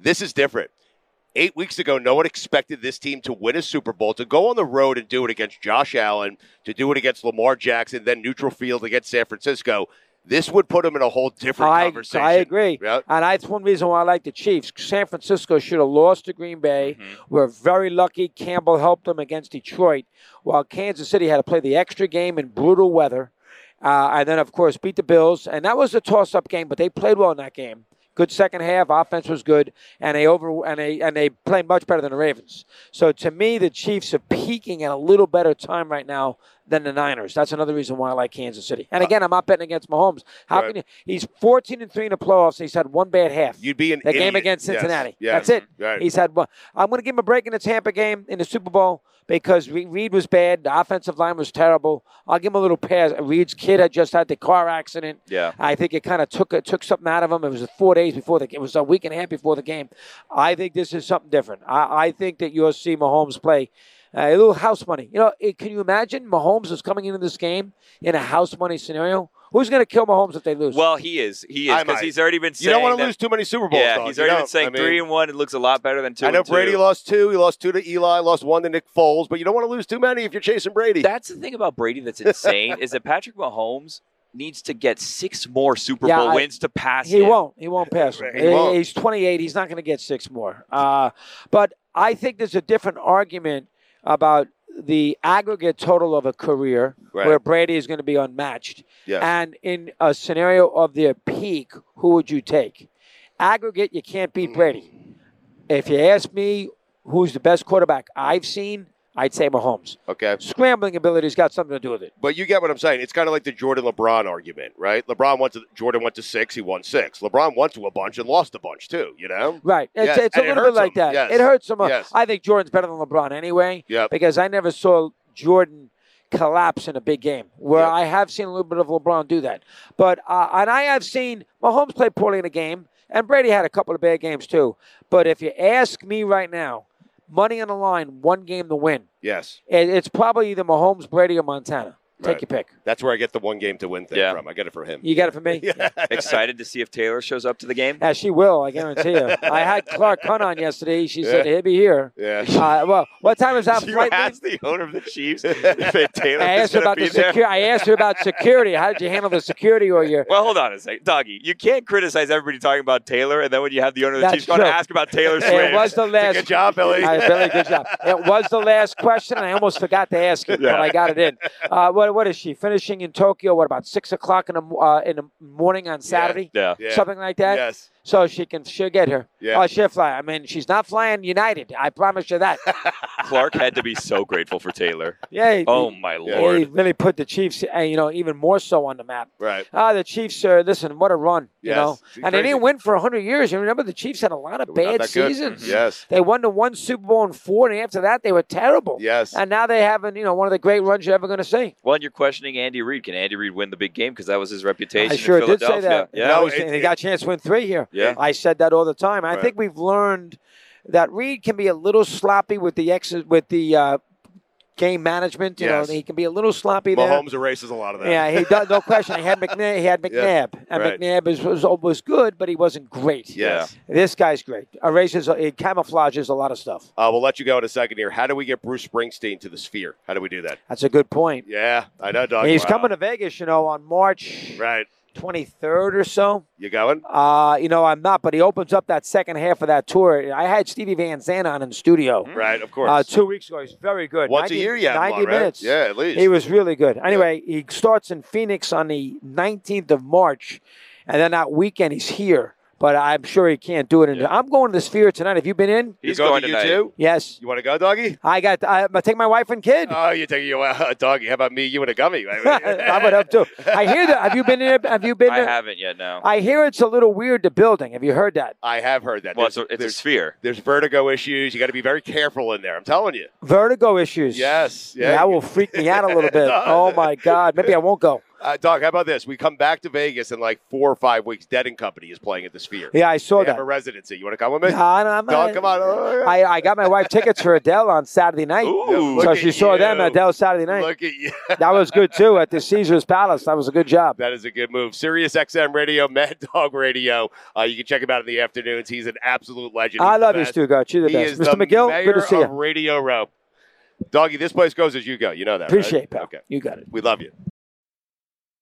This is different. Eight weeks ago, no one expected this team to win a Super Bowl, to go on the road and do it against Josh Allen, to do it against Lamar Jackson, then neutral field against San Francisco. This would put him in a whole different I, conversation. I agree. Yeah. And that's one reason why I like the Chiefs. San Francisco should have lost to Green Bay. Mm-hmm. We're very lucky Campbell helped them against Detroit, while Kansas City had to play the extra game in brutal weather. Uh, and then, of course, beat the Bills. And that was a toss up game, but they played well in that game. Good second half, offense was good, and they over and they and they played much better than the Ravens. So to me, the Chiefs are peaking at a little better time right now than the Niners. That's another reason why I like Kansas City. And again, I'm not betting against Mahomes. How Uh, Right. can you, he's 14 and three in the playoffs? And he's had one bad half. You'd be an the game idiot. against Yes, Cincinnati. yes, That's it. right. He's had one. I'm going to give him a break in the Tampa game in the Super Bowl because Re- Reed was bad. The offensive line was terrible. I'll give him a little pass. Reed's kid had just had the car accident. Yeah. I think it kind of took it took something out of him. It was four days before the. It was a week and a half before the game. I think this is something different. I, I think that you'll see Mahomes play. uh, a little house money. You know, it, can you imagine Mahomes is coming into this game in a house money scenario? Who's going to kill Mahomes if they lose? Well, he is. He is I because might. he's already been. You don't want wanna lose too many Super Bowls, Yeah, dog. he's You already been don't. saying I mean- three and one. It looks a lot better than two. I know and two. Brady lost two. He lost two to Eli, lost one to Nick Foles, but you don't want to lose too many if you're chasing Brady. That's the thing about Brady that's insane is that Patrick Mahomes needs to get six more Super Yeah, Bowl I- wins to pass. He him. won't. He won't pass him. He He- won't. He's 28. He's not going to get six more. Uh, but I think there's a different argument about the aggregate total of a career Right. where Brady is going to be unmatched. Yes. And in a scenario of their peak, who would you take? Aggregate, you can't beat Brady. If you ask me who's the best quarterback I've seen, I'd say Mahomes. Okay. Scrambling ability's got something to do with it. But you get what I'm saying. It's kind of like the Jordan LeBron argument, right? LeBron went to Jordan went to six, he won six. LeBron went to a bunch and lost a bunch too. You know, Right. It's, Yes, it's a and it little bit hurts like him. that. Yes. It hurts him. uh, Yes. I think Jordan's better than LeBron anyway Yep. because I never saw Jordan collapse in a big game where Yep. I have seen a little bit of LeBron do that. But uh, and I have seen Mahomes play poorly in a game and Brady had a couple of bad games too. But if you ask me right now, money on the line, one game to win. Yes. It, it's probably either Mahomes, Brady, or Montana. Right. Take your pick. That's where I get the one game to win thing Yeah. from. I get it from him. You got it for me? Excited to see if Taylor shows up to the game. Yeah, she will. I guarantee you. I had Clark Hunt on yesterday. She said Yeah. he'll be here. Yeah. Uh, well, what time is that you flight? leave? asked the owner of the Chiefs if Taylor I is asked her going to about be the there. security. I asked her about security. How did you handle the security or your? Well, hold on a second, doggy. You can't criticize everybody talking about Taylor, and then when you have the owner of the That's Chiefs going to true. ask about Taylor Swift, It was the last. Good job, Billy. All right, Billy, good job. It was the last question, and I almost forgot to ask you, but Yeah. I got it in. Uh, what, what is she finishing in Tokyo? What about six o'clock in the mo- uh, in the morning on Saturday? yeah. Yeah. Something like that. Yes. So she can she'll get her. Yeah. Oh, she'll fly. I mean, she's not flying United. I promise you that. Clark had to be so grateful for Taylor. Yeah. he- Oh my Yeah. lord! He really put the Chiefs, uh, you know, even more so on the map. Right. Ah, the Chiefs are listen. What a run, you Yes, know. it's And they crazy. didn't win for hundred years. You remember the Chiefs had a lot of We're not bad that good. Mm-hmm. seasons. Yes. They won the one Super Bowl in four, and after that they were terrible. Yes. And now they haven't, you know, one of the great runs you're ever going to see. Well, and you're questioning Andy Reid. Can Andy Reid win the big game? Because that was his reputation. I in sure did say Philadelphia. that. Yeah. I No, was it- saying they it- got a chance to win three here. Yeah. I said that all the time. I Right. think we've learned that Reed can be a little sloppy with the ex with the uh, game management. You Yes. know, he can be a little sloppy there. Mahomes erases a lot of that. Yeah, he does, no question. He had McNabb. He had McNabb, and right. McNabb is, was was good, but he wasn't great. Yes. this guy's great. Uh, Erases, it camouflages a lot of stuff. Uh, we'll let you go in a second here. How do we get Bruce Springsteen to the Sphere? How do we do that? That's a good point. Yeah, I know, Doug. He's Wow. coming to Vegas, you know, on March Right. 23rd or so. You going? Uh, you know, I'm not, but he opens up that second half of that tour. I had Stevie Van Zandt on in the studio Mm-hmm. Right, of course. uh, two weeks ago. He's very good. Once 90 a year, you have him 90 on, right? minutes. Yeah, at least. He was really good. Anyway, he starts in Phoenix on the 19th of March, and then that weekend he's here. But I'm sure he can't do it. In I'm going to the Sphere tonight. Have you been in? You He's going, going to tonight. you too? Yes. You want to go, doggy? I got. I, I take my wife and kid. Oh, you taking you uh, doggy? How about me? You and a gummy? I would have too. I hear that. Have you been in? Have you been? I there? haven't yet. No. I hear it's a little weird. The building. Have you heard that? I have heard that. well, it's There's, a, it's a there's, sphere. there's vertigo issues. You got to be very careful in there. I'm telling you. Vertigo issues. Yes. Yeah, Yeah. that will freak me out a little bit. oh my God. Maybe I won't go. Uh, Doc, how about this? We come back to Vegas in like four or five weeks. Dead and Company is playing at the Sphere. Yeah, I saw They have that. a residency. You want to come with me? Nah, nah, I'm Doc, not- come on. Oh, I, I got my wife tickets for Adele on Saturday night. Ooh. so Look she at saw them you. Adele Saturday night. Look at you. That was good too at the Caesar's Palace. That was a good job. That is a good move. Sirius XM Radio, Mad Dog Radio. Uh, you can check him out in the afternoons. He's an absolute legend. I He's the love you, best. Stu Gotch. You're the He best. is Mr. the McGill, mayor good to see of you. Radio Row. Doggy, this place goes as you go. You know that. right? Appreciate it, pal. Okay. You got it. We love you.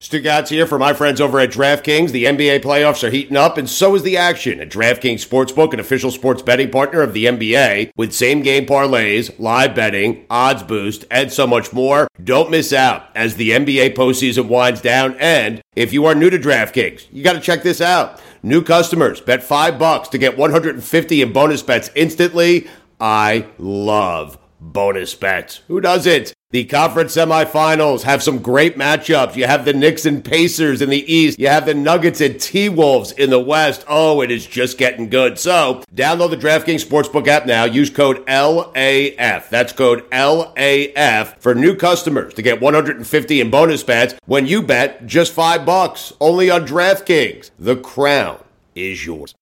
Stu Gatz here for my friends over at DraftKings. The NBA playoffs are heating up, and so is the action at DraftKings Sportsbook, an official sports betting partner of the NBA, with same game parlays, live betting, odds boost, and so much more. Don't miss out as the NBA postseason winds down. And if you are new to DraftKings, you got to check this out. New customers bet five bucks to get 150 in bonus bets instantly. I love bonus bets. Who does it? The conference semifinals have some great matchups. You have the Knicks and Pacers in the East. You have the Nuggets and T Wolves in the West. Oh, it is just getting good. So download the DraftKings Sportsbook app now. Use code LAF. That's code LAF for new customers to get 150 in bonus bets when you bet just five bucks only on DraftKings. The crown is yours.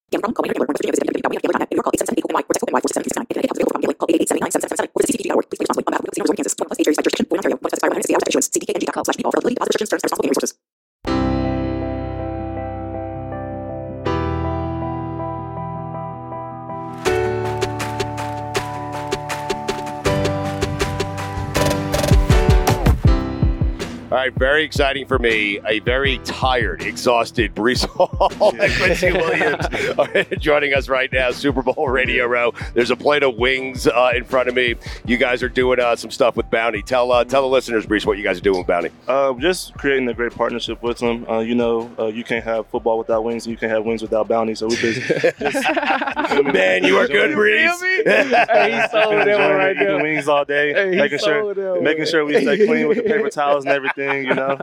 All right, very exciting for me. A very tired, exhausted Brees Hall and Quincy Williams are joining us right now. Super Bowl Radio Row. There's a plate of wings uh, in front of me. You guys are doing uh, some stuff with Bounty. Tell uh, tell the listeners, Brees, what you guys are doing with Bounty. Uh, just creating a great partnership with them. Uh, you know, uh, you can't have football without wings, and you can't have wings without bounty. So we just, Man, you are good, Brees. hey, he sold that one right there. Wings all day, Hey, he making sold that sure, one. making sure we stay clean with the paper towels and everything. You know,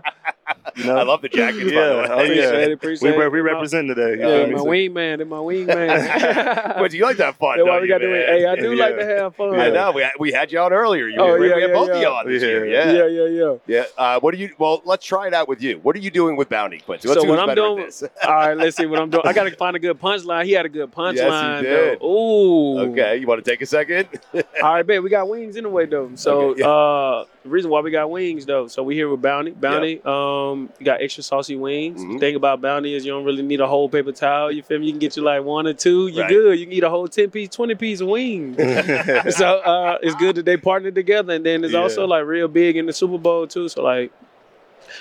you know. I love the jackets. by Yeah, the way. oh yeah. Appreciate it, appreciate we, it. we represent today. You know Yeah, what I my mean? wing man, and my wing man. But you like to have fun, That's don't why we Oh, you, gotta do it. man? Hey, I do like to have fun. I know. We, we had you on earlier. You Oh, were- yeah, we had yeah, both of yeah. you on this year. yeah, yeah, yeah. yeah. Yeah. Uh, what do you? Well, let's try it out with you. What are you doing with Bounty, Quincy? Let's so see what who's I'm better at doing, this. all right, let's see what I'm doing. I gotta find a good punchline. He had a good punchline. Yes, he did. though. Ooh. Okay, you want to take a second? All right, bet we got wings in the way though. Um, So Okay, yeah. uh, the reason why we got wings though, so we here with Bounty. Bounty, um, you got extra saucy wings. Mhm. The thing about Bounty is you don't really need a whole paper towel. You feel me? You can get you like one or two. You Right. good. You can eat a whole ten piece, twenty piece of wings. so uh, it's good that they partnered together, and then it's Yeah. also like real big in the Super Bowl too. So like.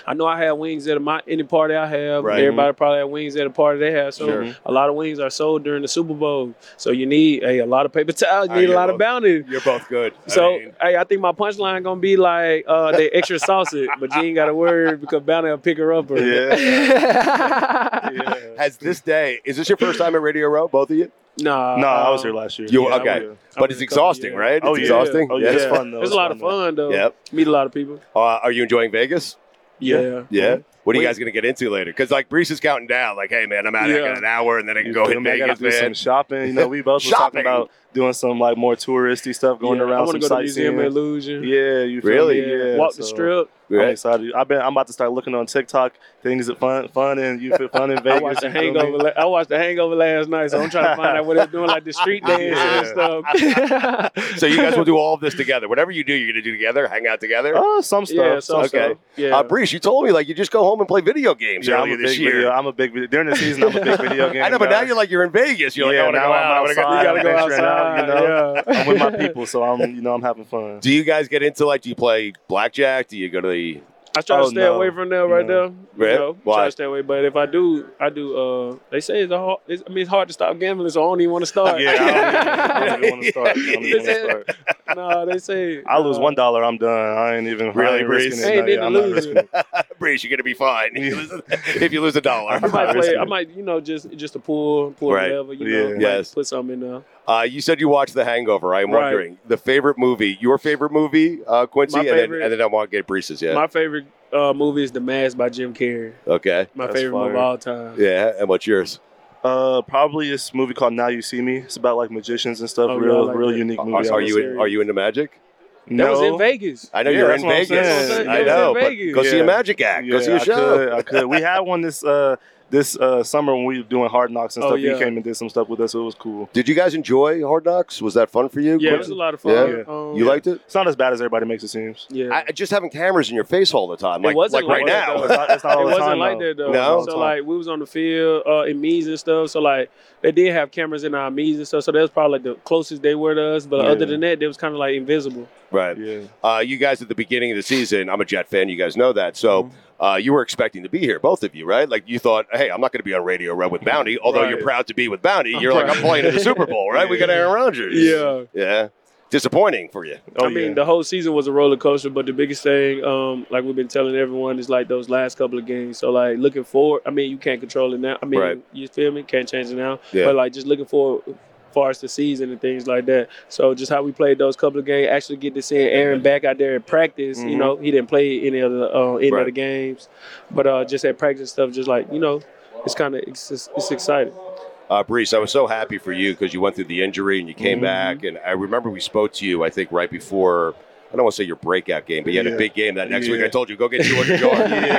I know I had wings at my any party I have. Right. Mm-hmm. Everybody probably had wings at a party they have. So Sure. a lot of wings are sold during the Super Bowl. So you need hey, a lot of paper towels. You Oh, need a yeah, lot of well, bounty. You're both good. I So mean, hey, I think my punchline gonna be like uh, they extra sausage, but you ain't got to worry because Bounty will pick her up. Or, Yeah. has this day is this your first time at Radio Row, both of you? Nah, No, I was um, here last year. You Yeah, I okay? was here. but I it's mean, exhausting, yeah. right? Oh, it's yeah. exhausting. Oh, yeah. It's fun though. It's a lot of fun though. Yep. Meet a lot of people. Uh, are you enjoying Vegas? Yeah. Yeah. What are you Wait. guys gonna get into later? Because like Brees is counting down. Like, hey man, I'm out. I Yeah. got an hour, and then I can You go feel hit me? I gotta Vegas, do some man. shopping. You know, we both was Shopping. talking about doing some like more touristy stuff, going Yeah, I around wanna go some to the sightseeing. Museum of Illusion. Yeah, you feel Really? me? Yeah, Walk the so strip. I'm Right. excited. I've been. I'm about to start looking on TikTok things that fun, fun, and you feel fun in Vegas. I watched the you feel me? Hangover. La- I watched the Hangover last night, so I'm trying to find out what they're doing, like the street dance and stuff. so you guys will do all of this together. Whatever you do, you're gonna do together. Hang out together. Oh, some stuff. yeah. So, some okay. stuff. yeah. Uh, Brees, you told me like you just go home and play video games Yeah, I'm earlier a this big year. video. I'm a big video. During the season, I'm a big video game. I know, but now guy. you're like you're in Vegas. You're Yeah, like, I now I'm want to go out. I outside. want to gotta go go. I'm venturing outside. out, you know? yeah. I'm with my people, so I'm. You know, I'm having fun. Do you guys get into like? Do you play blackjack? Do you go to the? I try Oh, to stay no. away from that right No. there. Really? You know, Why? Try to stay away. But if I do, I do. Uh, they say it's a hard. It's, I mean, it's hard to stop gambling, so I don't even want to start. Yeah, I don't even, I don't even want to start. I don't even want to start. no, they say I lose uh, one dollar, I'm done. I ain't even Really, I ain't Breeze? risking it. Ain't No, yeah, nothing I'm not to lose. risking it. Breeze, you're gonna be fine. If you lose a- if you lose a dollar, I might play. risking I it. might, you know, just just a pull, pull Right. whatever. You Yeah. know, might Yes. put something in there. Uh, you said you watched The Hangover. I'm Right. wondering the favorite movie, your favorite movie, uh, Quincy, My and, then, favorite- and then I want to get Breeze's. Yeah. My favorite uh, movie is The Mask by Jim Carrey. okay. My That's favorite fire. of all time. Yeah. And what's yours? Uh, probably this movie called Now You See Me. It's about like magicians and stuff. Oh, yeah, real, I like real that. unique Are, movie. I are would you say. in, are you into magic? That no. was in Vegas. I know Yeah, you're that's in what I'm Vegas. saying. I That was know. in but Vegas. Go see a Yeah. magic act. Go see I a show. Could, I could. We had one this uh this uh summer when we were doing hard knocks and Oh, stuff. yeah. He came and did some stuff with us. So it was cool. Did you guys enjoy Hard Knocks? Was that fun for you? Yeah, it was Quincy? a lot of fun. Yeah. Um, you liked it? It's not as bad as everybody makes it seem. Yeah. I, I just having cameras in your face all the time, It like, like wasn't right like that, now. It's not, it's not all it the wasn't time, like though. that though. No? All the So time. like we was on the field uh, in meets and stuff. So like they did have cameras in our meets and stuff. So that was probably like the closest they were to us. But Yeah. other than that, they was kind of like invisible. right. yeah. Uh, you guys at the beginning of the season, I'm a Jet fan. You guys know that. So Mm-hmm. uh, you were expecting to be here, both of you, right? Like you thought, hey, I'm not going to be on Radio Row with Bounty, although Right. you're proud to be with Bounty. You're like, I'm playing in the Super Bowl, right? We got Aaron Rodgers. Yeah. Yeah. Disappointing for you. Oh, I mean, yeah. the whole season was a roller coaster. But the biggest thing, um, like we've been telling everyone, is like those last couple of games. So like looking forward, I mean, you can't control it now. I mean, Right. you feel me? Can't change it now. Yeah. But like just looking forward. as Far as the season and things like that, so just how we played those couple of games, actually get to see Aaron back out there at practice. You Mhm. know, he didn't play any of the uh, any Mm-hmm. Right. of the games, but uh, just at practice stuff, just like you know, it's kind of it's, it's, it's exciting. Uh, Brees, I was so happy for you because you went through the injury and you Mm-hmm. came back. And I remember we spoke to you, I think, right before. I don't want to say your breakout game, but you had a Yeah. big game that next week. Yeah. I told you, go get 200 yards. yeah, yeah, yeah,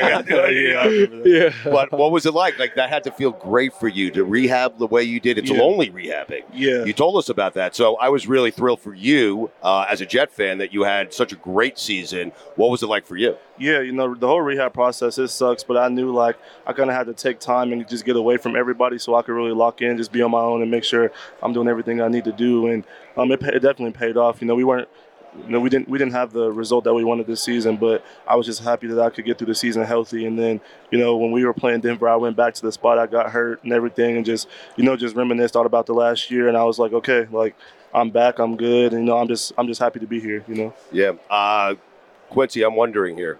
I remember that. Yeah, But what was it like? Like that had to feel great for you to rehab the way you did. It's Yeah. lonely rehabbing. yeah. You told us about that, so I was really thrilled for you uh, as a Jet fan that you had such a great season. What was it like for you? Yeah, you know, the whole rehab process, it sucks, but I knew like I kind of had to take time and just get away from everybody so I could really lock in, just be on my own and make sure I'm doing everything I need to do. And um, it, pa- it definitely paid off. You know, we weren't you know, we didn't we didn't have the result that we wanted this season, but I was just happy that I could get through the season healthy. And then, you know, when we were playing Denver, I went back to the spot I got hurt and everything, and just you know just reminisced all about the last year. And I was like, okay, like I'm back, I'm good, and you know, I'm just I'm just happy to be here. You know. Yeah. Uh, Quincy, I'm wondering here.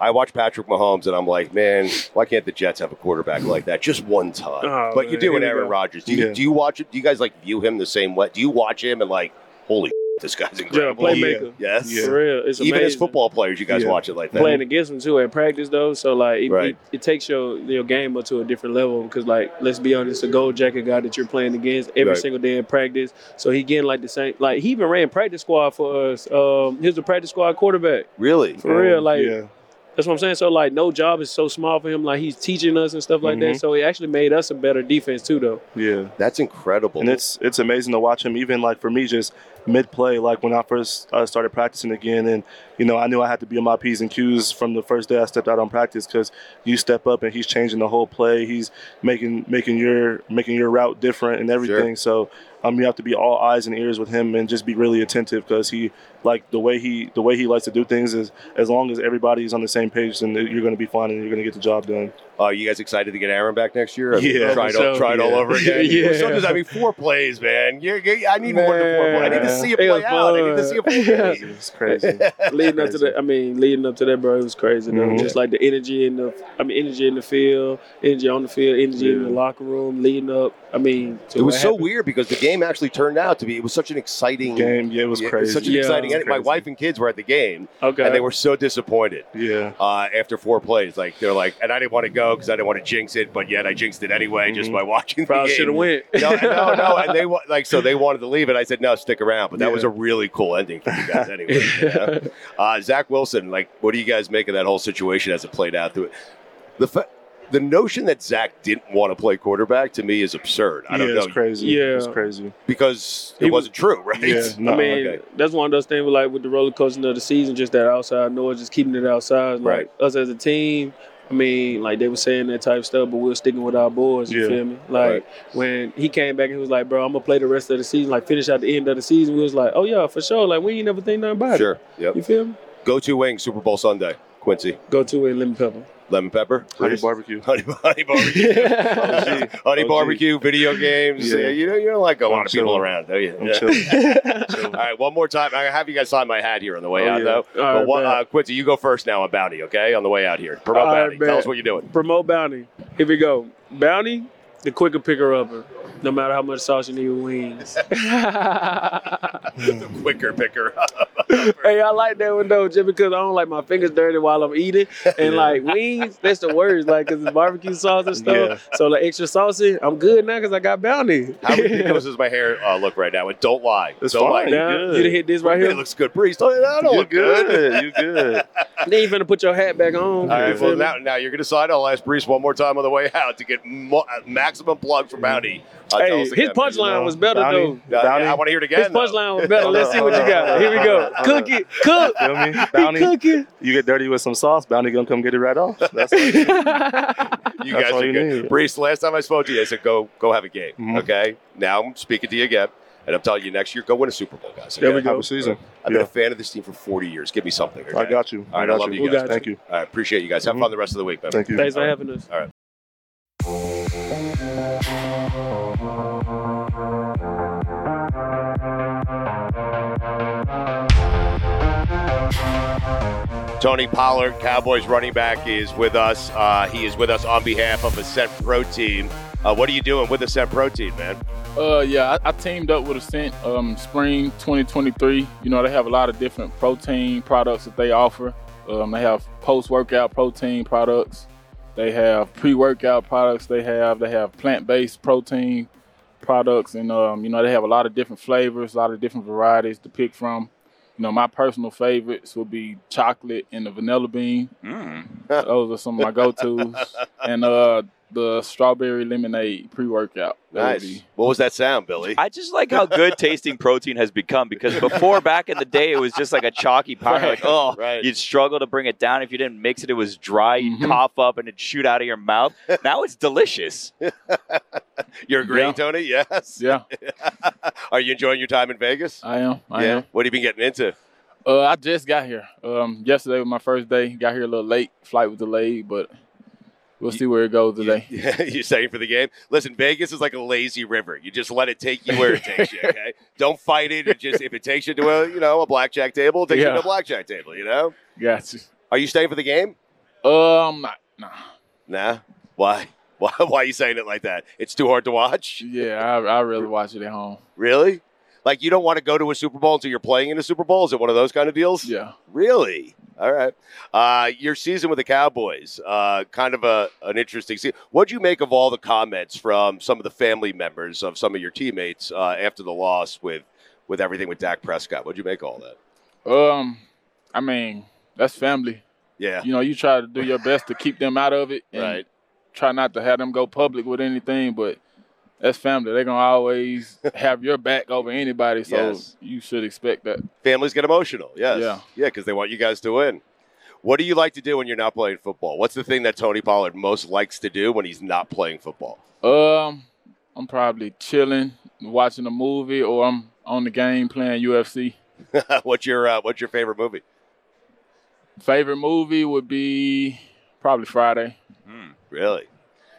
I watch Patrick Mahomes and I'm like, man, why can't the Jets have a quarterback like that just one time? Oh, but you man, do with here we Aaron go. Rodgers. Do you, Yeah. do you watch it? Do you guys like view him the same way? Do you watch him and like, holy, this guy's incredible? playmaker. Yes. For real, it's Even as amazing. football players, you guys Yeah. watch it like that. playing against them too at practice though. So like it, Right. it, it takes your your game up to a different level because like let's be honest, a gold jacket guy that you're playing against every Right. single day in practice. So he getting like the same like he even ran practice squad for us. Um, he was a practice squad quarterback Really? for real. Like that's what I'm saying. So like no job is so small for him. Like he's teaching us and stuff like Mhm. that. So it actually made us a better defense too though. Yeah, that's incredible, and it's it's amazing to watch him. Even like for me, just mid play, like when I first uh, started practicing again, and you know I knew I had to be on my p's and q's from the first day I stepped out on practice because you step up and he's changing the whole play. He's making making your making your route different and everything. So um, you have to be all eyes and ears with him and just be really attentive because he like the way he the way he likes to do things is as long as everybody's on the same page, then you're going to be fine and you're going to get the job done. Are Uh, you guys excited to get Aaron back next year? I mean, Yeah. try it, all, So- try it all Yeah. over again. Yeah. Sometimes I mean four plays, man. You're, you I need more than four plays. I need to see it play out. I need to see it play. It's crazy. leading up to that, I mean, leading up to that, bro, it was crazy. Though. Mm-hmm. Mhm. Just like the energy in the, I mean, energy in the field, energy on the field, energy in the Yeah. locker room, leading up. I mean, to it was what so happened. weird because the game actually turned out to be. It was such an exciting Game, yeah, it was crazy. such an Yeah. exciting. It was My crazy. wife and kids were at the game, Okay. and they were so disappointed. Yeah. Uh, after four plays, like they're like, and I didn't want to go because I didn't want to jinx it, but yet I jinxed it anyway Mm-hmm. just by watching. Probably the game. shoulda went. No, no, no, and they wa- like so they wanted to leave, and I said no, stick around. But that Yeah. was a really cool ending for you guys anyway. you know? uh, Zach Wilson, like, what do you guys make of that whole situation as it played out? Through it? The fa- the notion that Zach didn't want to play quarterback to me is absurd. I don't yeah, know. it's crazy. Yeah. it's crazy. because it wasn't true, right? I mean, okay. that's one of those things with like with the roller coaster of the season, just that outside noise, just keeping it outside. Like us as a team, I mean, like they were saying that type of stuff, but we are sticking with our boys. You Yeah. feel me? Like Right. when he came back and he was like, "Bro, I'm gonna play the rest of the season, like finish out the end of the season." We was like, "Oh yeah, for sure." Like we ain't never think nothing about sure. it. Yep. You feel me? Go to wing Super Bowl Sunday, Quincy. Go to a lemon pepper. Lemon pepper, Honey Reese? barbecue. honey, honey barbecue, honey, honey OG. barbecue, video games. Yeah. Yeah, You know, you don't like a I'm lot of people chilling. around, do you? I'm All right, one more time. I have you guys sign my hat here on the way Oh, out, yeah. though. All but right, one, bet. uh, Quincy, you go first now on Bounty, okay? On the way out here, promote All right, Bounty. Tell bet. us what you're doing. Promote Bounty. Here we go. Bounty, the quicker picker upper. No matter how much sauce you need with wings. the quicker picker. hey, I like that one though, just because I don't like my fingers dirty while I'm eating. And like wings, that's the worst, like because it's barbecue sauce and stuff. So like extra saucy, I'm good now because I got bounty. How ridiculous does my hair uh, look right now? And don't lie. It's don't fine, lie. Now, good. you done hit this right Everybody here. looks good. Breeze, don't, I don't You look good. You good. then you finna put your hat back on. All right, You feel well, me? now, now you're going to sign. I'll ask Breeze one more time on the way out to get mo- uh, maximum plug for Bounty. Uh, Hey, tell us his again, punchline you know. was better, Bounty, though. Uh, yeah, Bounty. I want to hear it again. His though. punchline was better. Let's see what you got. Here we go. Cook it. Cook. Feel me? Bounty. cooking. You get dirty with some sauce, Bounty gonna come get it right off. That's You That's guys all are you good. need. Brees, last time I spoke to you, I said, go go have a game. Mhm. Okay? Now I'm speaking to you again. And I'm telling you, next year, go win a Super Bowl, guys. There okay? we go. Have a season. I've been Yeah. a fan of this team for 40 years. Give me something. I okay? got you. All I right, I, got love you. you We guys. got Thank you. you. I appreciate you guys. Mm-hmm. Have fun the rest of the week, man. Thank you. Thanks for All right. having us. All right. Tony Pollard, Cowboys running back, is with us. Uh, he is with us on behalf of Ascent Protein. Uh, what are you doing with Ascent Protein, man? Uh, yeah, I, I teamed up with Ascent um, Spring 2023. You know, they have a lot of different protein products that they offer. Um, they have post-workout protein products. They have pre-workout products. They have they have plant-based protein products, and um, you know they have a lot of different flavors, a lot of different varieties to pick from. You know, my personal favorites would be chocolate and the vanilla bean. Those are some of my go-tos, and uh, the strawberry lemonade pre-workout. That would be- Nice. What was that sound, Billy? I just like how good tasting protein has become because before back in the day it was just like a chalky powder like oh you'd struggle to bring it down if you didn't mix it it was dry you'd Mm-hmm. cough up and it'd shoot out of your mouth now it's delicious You're agreeing, Yeah. Tony? Yes. Yeah. Are you enjoying your time in Vegas? I am. I yeah. am. What have you been getting into? Uh, I just got here. Um, yesterday was my first day. Got here a little late. Flight was delayed, but we'll see where it goes today. you saying for the game? Listen, Vegas is like a lazy river. You just let it take you where it takes you. Okay, don't fight it. You just if it takes you to a you know a blackjack table, it takes you Yeah. to a blackjack table. You know. Gotcha. Are you staying for the game? Um, nah. Nah. Why? Why? Why are you saying it like that? It's too hard to watch. Yeah, I I really watch it at home. Really? Like you don't want to go to a Super Bowl until you're playing in a Super Bowl? Is it one of those kind of deals? Yeah. Really? All right. Uh, your season with the Cowboys, uh, kind of a an interesting season. What'd you make of all the comments from some of the family members of some of your teammates uh, after the loss with with everything with Dak Prescott? What'd you make of all that? Um, I mean, that's family. Yeah. You know, you try to do your best to keep them out of it. And right. Try not to have them go public with anything, but that's family. They're gonna always have your back over anybody. So Yes. you should expect that. Families get emotional. Yes. Yeah. Yeah, because they want you guys to win. What do you like to do when you're not playing football? What's the thing that Tony Pollard most likes to do when he's not playing football? Um, I'm probably chilling, watching a movie, or I'm on the game playing UFC. what's your uh, What's your favorite movie? Favorite movie would be probably Friday. Hmm, Really?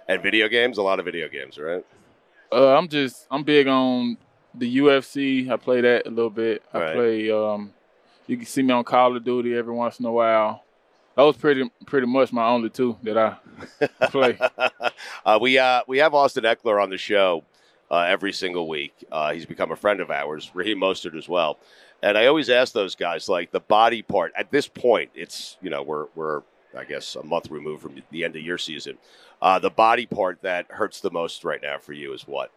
And video games? A lot of video games, right? Uh, I'm just I'm big on the UFC. I play that a little bit. I Right. play. Um, you can see me on Call of Duty every once in a while. That was pretty pretty much my only two that I play. uh, we uh, we have Austin Eckler on the show uh, every single week. Uh, he's become a friend of ours. Raheem Mostert as well. And I always ask those guys like the body part. At this point, it's you know we're we're I guess a month removed from the end of your season. Uh, the body part that hurts the most right now for you is what?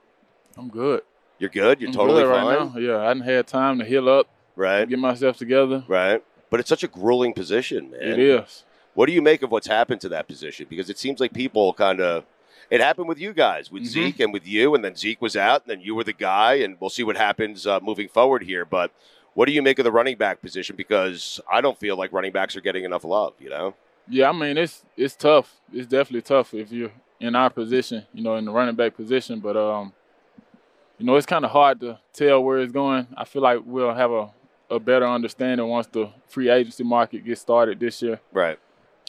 I'm good. You're good. You're I'm totally good right fine. now. Yeah, I didn't have time to heal up. Right. Get myself together. Right. But it's such a grueling position, man. It is. What do you make of what's happened to that position? Because it seems like people kind of. It happened with you guys, Mm-hmm. with Zeke and with you, and then Zeke was out, and then you were the guy, and we'll see what happens uh, moving forward here. But what do you make of the running back position? Because I don't feel like running backs are getting enough love, you know? Yeah, I mean it's it's tough. It's definitely tough if you're in our position, you know, in the running back position. But um, you know, it's kind of hard to tell where it's going. I feel like we'll have a, a better understanding once the free agency market gets started this year. Right.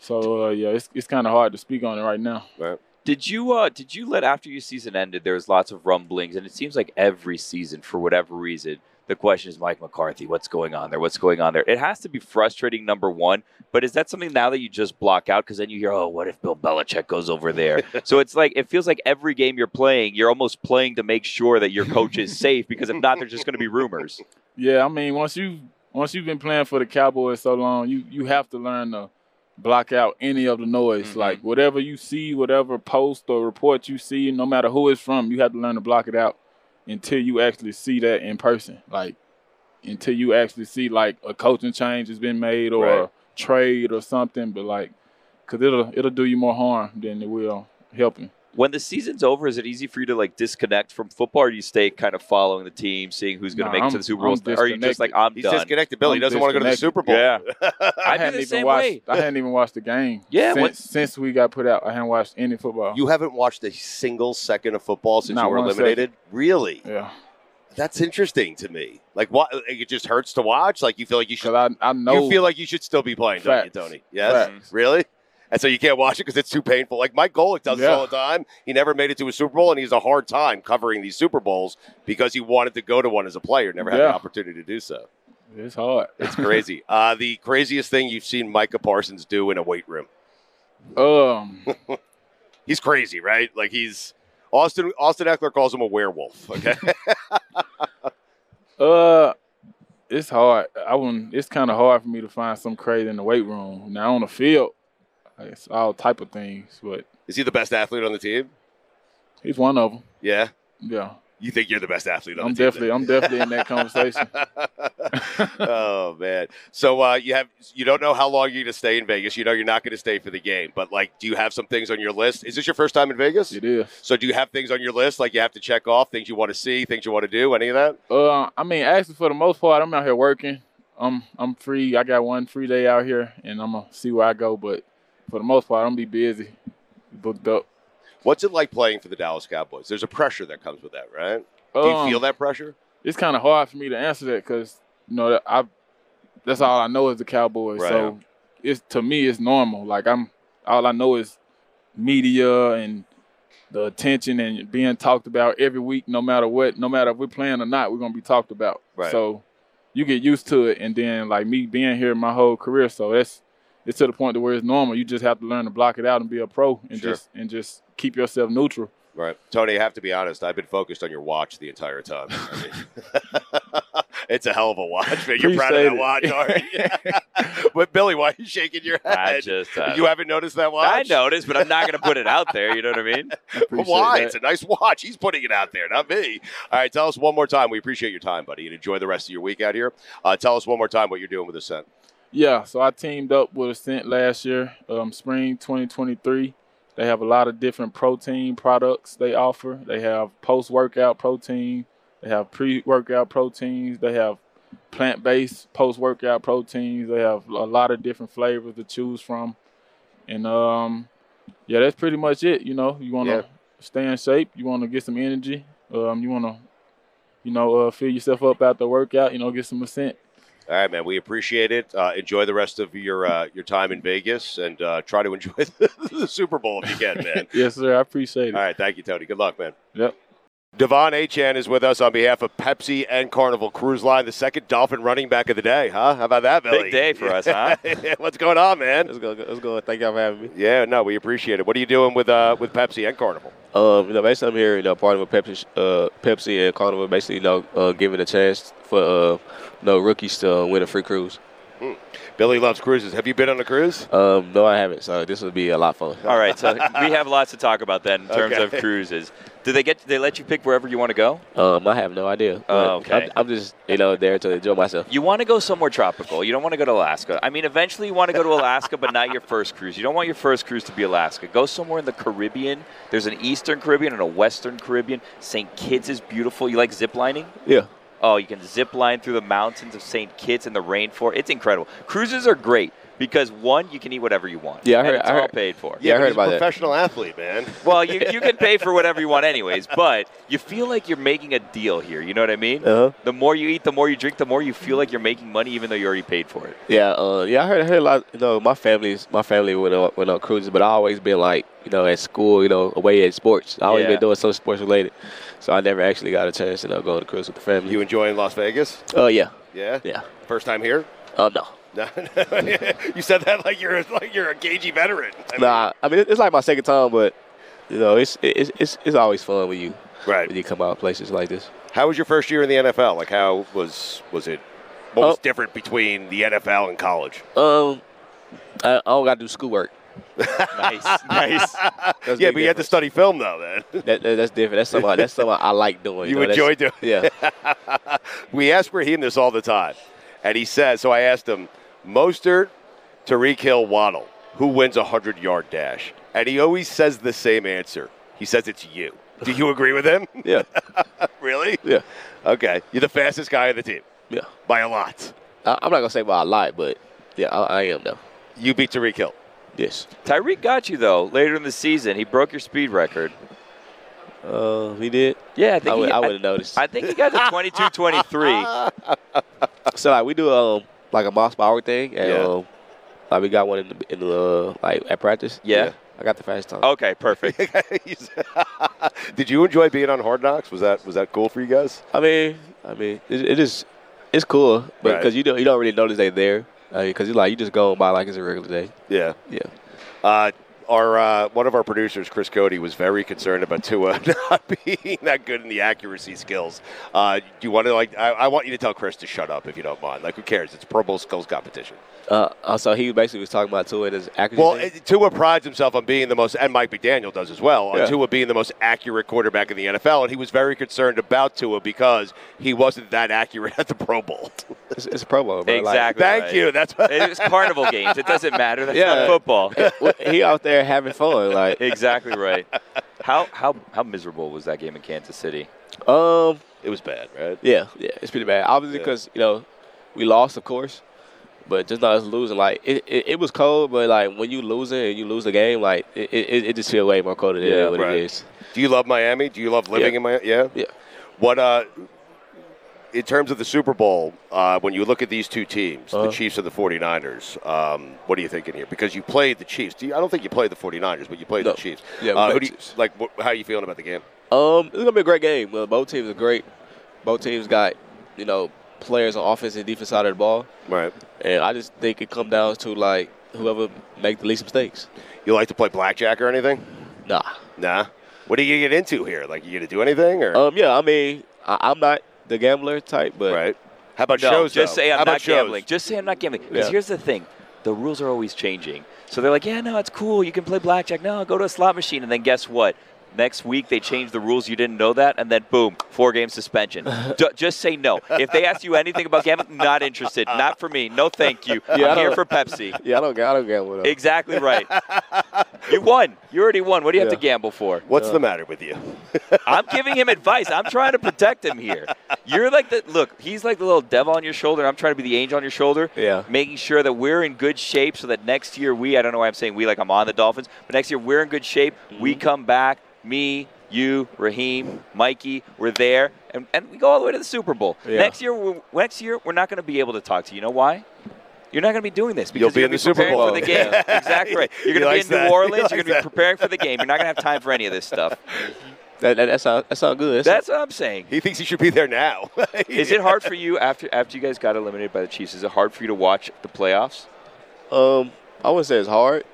So uh, yeah, it's it's kind of hard to speak on it right now. Right. Did you uh, did you let after your season ended? There was lots of rumblings, and it seems like every season, for whatever reason, the question is Mike McCarthy, what's going on there? What's going on there? It has to be frustrating, number one. But is that something now that you just block out? Because then you hear, oh, what if Bill Belichick goes over there? so it's like it feels like every game you're playing, you're almost playing to make sure that your coach is safe, because if not, there's just going to be rumors. Yeah, I mean once you once you've been playing for the Cowboys so long, you you have to learn to block out any of the noise. Like whatever you see, whatever post or report you see, no matter who it's from, you have to learn to block it out until you actually see that in person. Like until you actually see like a coaching change has been made or Right. a trade or something, but like cuz it'll it'll do you more harm than it will helping. When the season's over, is it easy for you to like disconnect from football, or do you stay kind of following the team, seeing who's going Nah, to make it I'm- to the Super I'm Bowl? Or are you just like, I'm He's done? disconnected, Bill. he I'm doesn't want to go to the disconnected. Super Bowl. Yeah. I I'd be hadn't the even same watched. way. I hadn't even watched the game. Yeah, what- since, since we got put out, I hadn't watched any football. You haven't watched a single second of football since Not you were one eliminated? Really? Yeah. That's interesting to me. Like, what? It just hurts to watch. Like, you feel like you should. I, I know- You feel like you should still be playing, Facts. don't you, Tony? Mm-hmm. Yes. Really? And so you can't watch it because it's too painful. Like Mike Golick does this Yeah. all the time. He never made it to a Super Bowl, and he's a hard time covering these Super Bowls because he wanted to go to one as a player, never had Yeah. the opportunity to do so. It's hard. It's Crazy. uh, the craziest thing you've seen Micah Parsons do in a weight room. um, He's crazy, right? Like he's Austin. Austin Eckler calls him a werewolf. Okay. uh, it's hard. I wouldn't. It's kind of hard for me to find some crazy in the weight room. Now on the field, it's all type of things. But Is he the best athlete on the team? he's one of them. Yeah. Yeah. You think you're the best athlete on I'm the team? definitely- then. I'm definitely in that conversation. oh man. So uh, you have you don't know how long you're gonna stay in Vegas. You know you're not gonna stay for the game, but like do you have some things on your list? Is this your first time in Vegas? It is. So do you have things on your list like you have to check off, things you want to see, things you want to do, any of that? Uh, I mean, actually, for the most part, I'm out here working. I'm I'm free. I got one free day out here, and I'm gonna see where I go. But for the most part, I'm gonna be busy, booked up. What's it like playing for the Dallas Cowboys? There's a pressure that comes with that, right? Do you Um, feel that pressure? It's kind of hard for me to answer that because you know that I that's all I know is the Cowboys. Right. So it's to me it's normal. Like I'm all I know is media and the attention and being talked about every week, no matter what, no matter if we're playing or not, we're gonna be talked about. Right. So you get used to it and then like me being here my whole career, so that's it's to the point to where it's normal. You just have to learn to block it out and be a pro and Sure. just and just keep yourself neutral. Right. Tony, I have to be honest. I've been focused on your watch the entire time. I mean, it's a hell of a watch, man. You're proud of that watch, Appreciate aren't you? but Billy, why are you shaking your head? I just uh, you haven't noticed that watch? I noticed, but I'm not going to put it out there. You know what I mean? Why? It's a nice watch. He's putting it out there, not me. All right, tell us one more time. We appreciate your time, buddy, and enjoy the rest of your week out here. Uh, tell us one more time what you're doing with the scent. Yeah, so I teamed up with Ascent last year, um, spring 2023. They have a lot of different protein products they offer. They have post workout protein, they have pre workout proteins, they have plant based post workout proteins, they have a lot of different flavors to choose from. And um, yeah, that's pretty much it. You know, you want to Yeah. stay in shape, you want to get some energy, um, you want to, you know, uh, fill yourself up after the workout, you know, get some Ascent. All right, man. We appreciate it. Uh, enjoy the rest of your uh, your time in Vegas, and uh, try to enjoy the Super Bowl if you can, man. yes, sir. I appreciate it. All right, thank you, Tony. Good luck, man. Yep. Devon Achan is with us on behalf of Pepsi and Carnival Cruise Line, the second Dolphin running back of the day, huh? How about that, Billy? Big day for us, huh? What's going on, man? Let's go. Let's go. Thank y'all for having me. Yeah, no, we appreciate it. What are you doing with uh, with Pepsi and Carnival? Um, you know, basically I'm here, you know, part of a Pepsi, uh, Pepsi and Carnival, basically, you know, uh, giving a chance for, uh, you know, rookies to uh, win a free cruise. Hmm. Billy loves cruises. Have you been on a cruise? Um, no, I haven't. So this would be a lot of fun. All right, so we have lots to talk about then in terms Okay. of cruises. Do they get? Do they let you pick wherever you want to go? Um, I have no idea. Oh, But I'm- okay. I'm just, you know, there to enjoy myself. You want to go somewhere tropical. You don't want to go to Alaska. I mean, eventually you want to go to Alaska, but not your first cruise. You don't want your first cruise to be Alaska. Go somewhere in the Caribbean. There's an Eastern Caribbean and a Western Caribbean. St. Kitts is beautiful. You like zip lining? Yeah. Oh, you can zip line through the mountains of St. Kitts and the rainforest. It's incredible. Cruises are great because one, you can eat whatever you want. Yeah, I And heard- It's I all heard- paid for. Yeah, I heard about that. Professional athlete, man. Well, you, you can pay for whatever you want, anyways, but you feel like you're making a deal here. You know what I mean? Uh-huh. The more you eat, the more you drink, the more you feel like you're making money, even though you already paid for it. Yeah, uh, yeah, I heard, I heard a lot. You know, my family's my family went on went on cruises, but I always been like, you know, at school, you know, away at sports. I always Yeah. been doing some sports related, so I never actually got a chance to you know, go on a cruise with the family. You enjoying Las Vegas? Oh yeah, Yeah. Yeah. First time here? Oh no. No, no. you said that like you're like you're a cagey veteran. I mean, nah, I mean it- it's like my second time, but you know, it's it's it's, it's always fun when you right when you come out places like this. How was your first year in the NFL? Like, how was was it? What was Oh. different between the NFL and college? Um, I, I don't got to do schoolwork. nice, nice. That's yeah, big but you had to difference. study film though. Then That, that- that's different. That's something. I- That's something I like doing. you know, that's- enjoy doing. Yeah. we ask Raheem this all the time, and he says. So I asked him, Mostert, Tariq Hill, Waddle, who wins a hundred yard dash? And he always says the same answer. He says it's you. Do you agree with him? Yeah. really? Yeah. Okay. You're the fastest guy on the team. Yeah. By a lot. I, I'm not gonna say by a lot, but yeah, I, I am though. You beat Tariq Hill. Yes. Tyreek got you, though, later in the season. He broke your speed record. Uh, he did. Yeah, I think I would. he- I would have noticed. I think he got to 22 23. so like we do um like a moss power thing, and Yeah. um, like we got one in the, in the uh, like at practice. Yeah. I got the fast time. Okay, perfect. Did you enjoy being on Hard Knocks? Was that was that cool for you guys? I mean, I mean, it, it is, it's cool, but Right. because you don't you don't really notice they there, because you like you just going by like it's a regular day. Yeah. Yeah. Uh, our uh, one of our producers, Chris Cody, was very concerned about Tua not being that good in the accuracy skills. Uh, do you want to like? I, I want you to tell Chris to shut up if you don't mind. Like, who cares? It's a Pro Bowl skills competition. Uh, uh, so he basically was talking about Tua and his accuracy. Well, thing. it- Tua prides himself on being the most, and Mike McDaniel does as well, on Yeah. Tua being the most accurate quarterback in the NFL. And he was very concerned about Tua because he wasn't that accurate at the Pro Bowl. it's, it's a Pro Bowl, bro. Like- Exactly. Thank right. you. That's It's carnival games. It doesn't matter. That's not football. he out there having fun. Like exactly right. How how how miserable was that game in Kansas City? Um, it was bad, right? Yeah, yeah, it's pretty bad. Obviously, Yeah. because you know we lost, of course, but just not us losing. Like it, it, it was cold, but like when you losing and you lose the game, like it, it, it just feel way more colder than Yeah, what right. it is. Do you love Miami? Do you love living Yeah. in Miami? Yeah. Yeah. What uh in terms of the Super Bowl, uh, when you look at these two teams, Uh-huh. the Chiefs and the 49ers, um, what do you think in here? Because you played the Chiefs. Do you, I don't think you played the 49ers, but you played No. the Chiefs. Yeah, we uh, played who the do you, like wh- how are you feeling about the game? Um, it's gonna be a great game. Well, both teams are great. Both teams got you know players on offense and defense side of the ball. Right. And I just think it comes down to like whoever make the least mistakes. You like to play blackjack or anything? Nah. Nah. What are you gonna get into here? Like, you gonna do anything or? Um, yeah. I mean, I, I'm not the gambler type, but right. How about no, just say I'm not gambling. Just say I'm not gambling. Because Yeah. here's the thing: the rules are always changing. So they're like, yeah, no, it's cool. You can play blackjack. No, go to a slot machine. And then guess what? Next week they change the rules. You didn't know that, and then boom, four game suspension. D- just say no. If they ask you anything about gambling, not interested. Not for me. No, thank you. Yeah, I I'm here don't- for Pepsi. Yeah, I don't, I don't gamble. Though. Exactly right. you won. You already won. What do you have to gamble for? What's the matter with you? I'm giving him advice. I'm trying to protect him here. You're like the look. He's like the little devil on your shoulder. I'm trying to be the angel on your shoulder. Yeah. Making sure that we're in good shape so that next year we. I don't know why I'm saying we like I'm on the Dolphins, but next year we're in good shape. Mm-hmm. We come back. Me, you, Raheem, Mikey. We're there, and, and we go all the way to the Super Bowl. Yeah. Next year, we're, next year we're not going to be able to talk to you. You know why? You're not going to be doing this because You'll be you're in gonna the Super preparing Bowl. for the game. Yeah. exactly right. You're He going to be likes in that. New He Orleans. You're likes going to be that. preparing for the game. You're not going to have time for any of this stuff. That, that, that sound that sound good. That's what I'm saying. He thinks he should be there now. is it hard for you after after you guys got eliminated by the Chiefs? Is it hard for you to watch the playoffs? Um, I wouldn't say it's hard,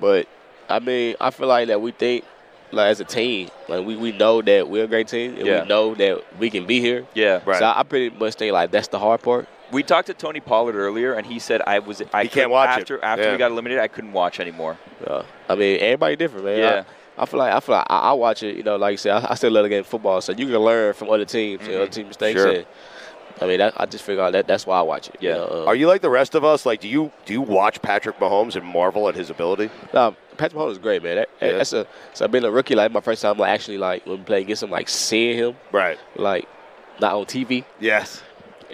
but I mean, I feel like that we think, like as a team, like we, we know that we're a great team, and Yeah. we know that we can be here. Yeah, So I, I pretty much think like that's the hard part. We talked to Tony Pollard earlier, and he said I was I He can't couldn't- watch it. after after Yeah. we got eliminated. I couldn't watch anymore. Uh, I mean, everybody different, man. Yeah. I, I feel like I feel like I, I watch it. You know, like you said, I, I still love the game of football, so you can learn from other teams, and Mm-hmm. other team mistakes. Sure. and, I mean, that, I just figure out that that's why I watch it. uh, Yeah. Are you like the rest of us? Like, do you do you watch Patrick Mahomes and marvel at his ability? Nah, Patrick Mahomes is great, man. That, Yeah. That's a so being a rookie, like my first time, like actually, like when we play against him, like seeing him, right? Like not on TV. Yes.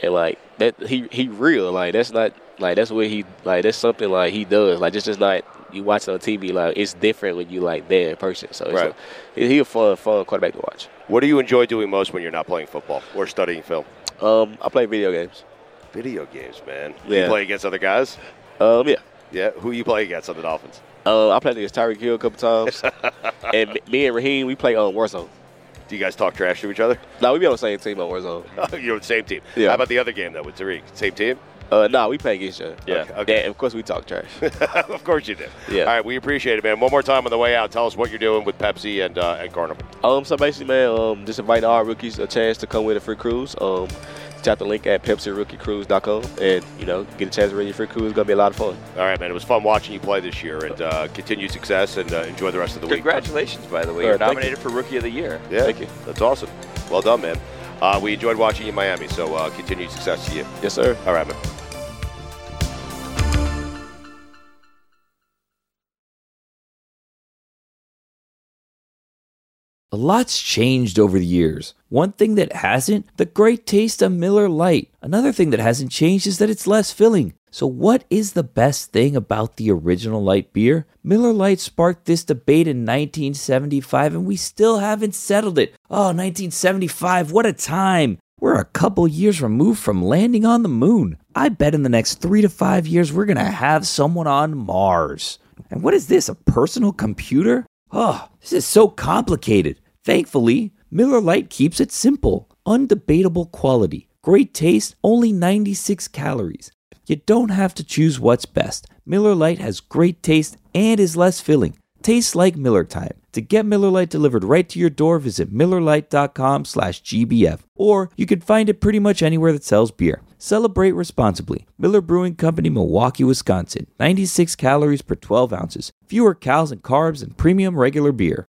And like that, he he real. Like that's not like that's what he like. That's something like he does. Like just just not you watch it on TV. Like it's different when you like there in person. So it's Right. a- he a fun fun quarterback to watch. What do you enjoy doing most when you're not playing football or studying film? Um, I play video games. Video games, man. You Yeah. play against other guys? Um, yeah. Yeah. Who you play against on the Dolphins? Uh, I played against Tyreek Hill a couple times, and me- me and Raheem we play on Warzone. Do you guys talk trash to each other? No, we be on the same team on Warzone. you're on the same team. Yeah. How about the other game though with Tariq? Same team? Uh, no, we play against each other. Yeah. Okay. Yeah, of course we talk trash. of course you did. Yeah. All right. We appreciate it, man. One more time on the way out. Tell us what you're doing with Pepsi and uh, and Carnival. Um, so basically, man, um, just inviting all rookies a chance to come with a free cruise. Um, tap the link at PepsiRookieCruise.com and you know get a chance to win your free cruise. It's gonna be a lot of fun. All right, man. It was fun watching you play this year, and uh, continue success, and uh, enjoy the rest of the week. Congratulations, by the way. Uh, You're thank you. nominated for Rookie of the Year. Yeah. Thank you. That's awesome. Well done, man. Uh, we enjoyed watching you in Miami, so uh, continued success to you. Yes, sir. All right, man. A lot's changed over the years. One thing that hasn't, the great taste of Miller Lite. Another thing that hasn't changed is that it's less filling. So, what is the best thing about the original light beer? Miller Lite sparked this debate in 1975, and we still haven't settled it. Oh, 1975, what a time! We're a couple years removed from landing on the moon. I bet in the next three to five years, we're gonna have someone on Mars. And what is this, a personal computer? Oh, this is so complicated. Thankfully, Miller Lite keeps it simple, undebatable quality, great taste, only 96 calories. You don't have to choose what's best. Miller Lite has great taste and is less filling. Tastes like Miller time. To get Miller Lite delivered right to your door, visit MillerLite.com slash GBF. Or you can find it pretty much anywhere that sells beer. Celebrate responsibly. Miller Brewing Company, Milwaukee, Wisconsin. 96 calories per 12 ounces. Fewer calories and carbs than premium regular beer.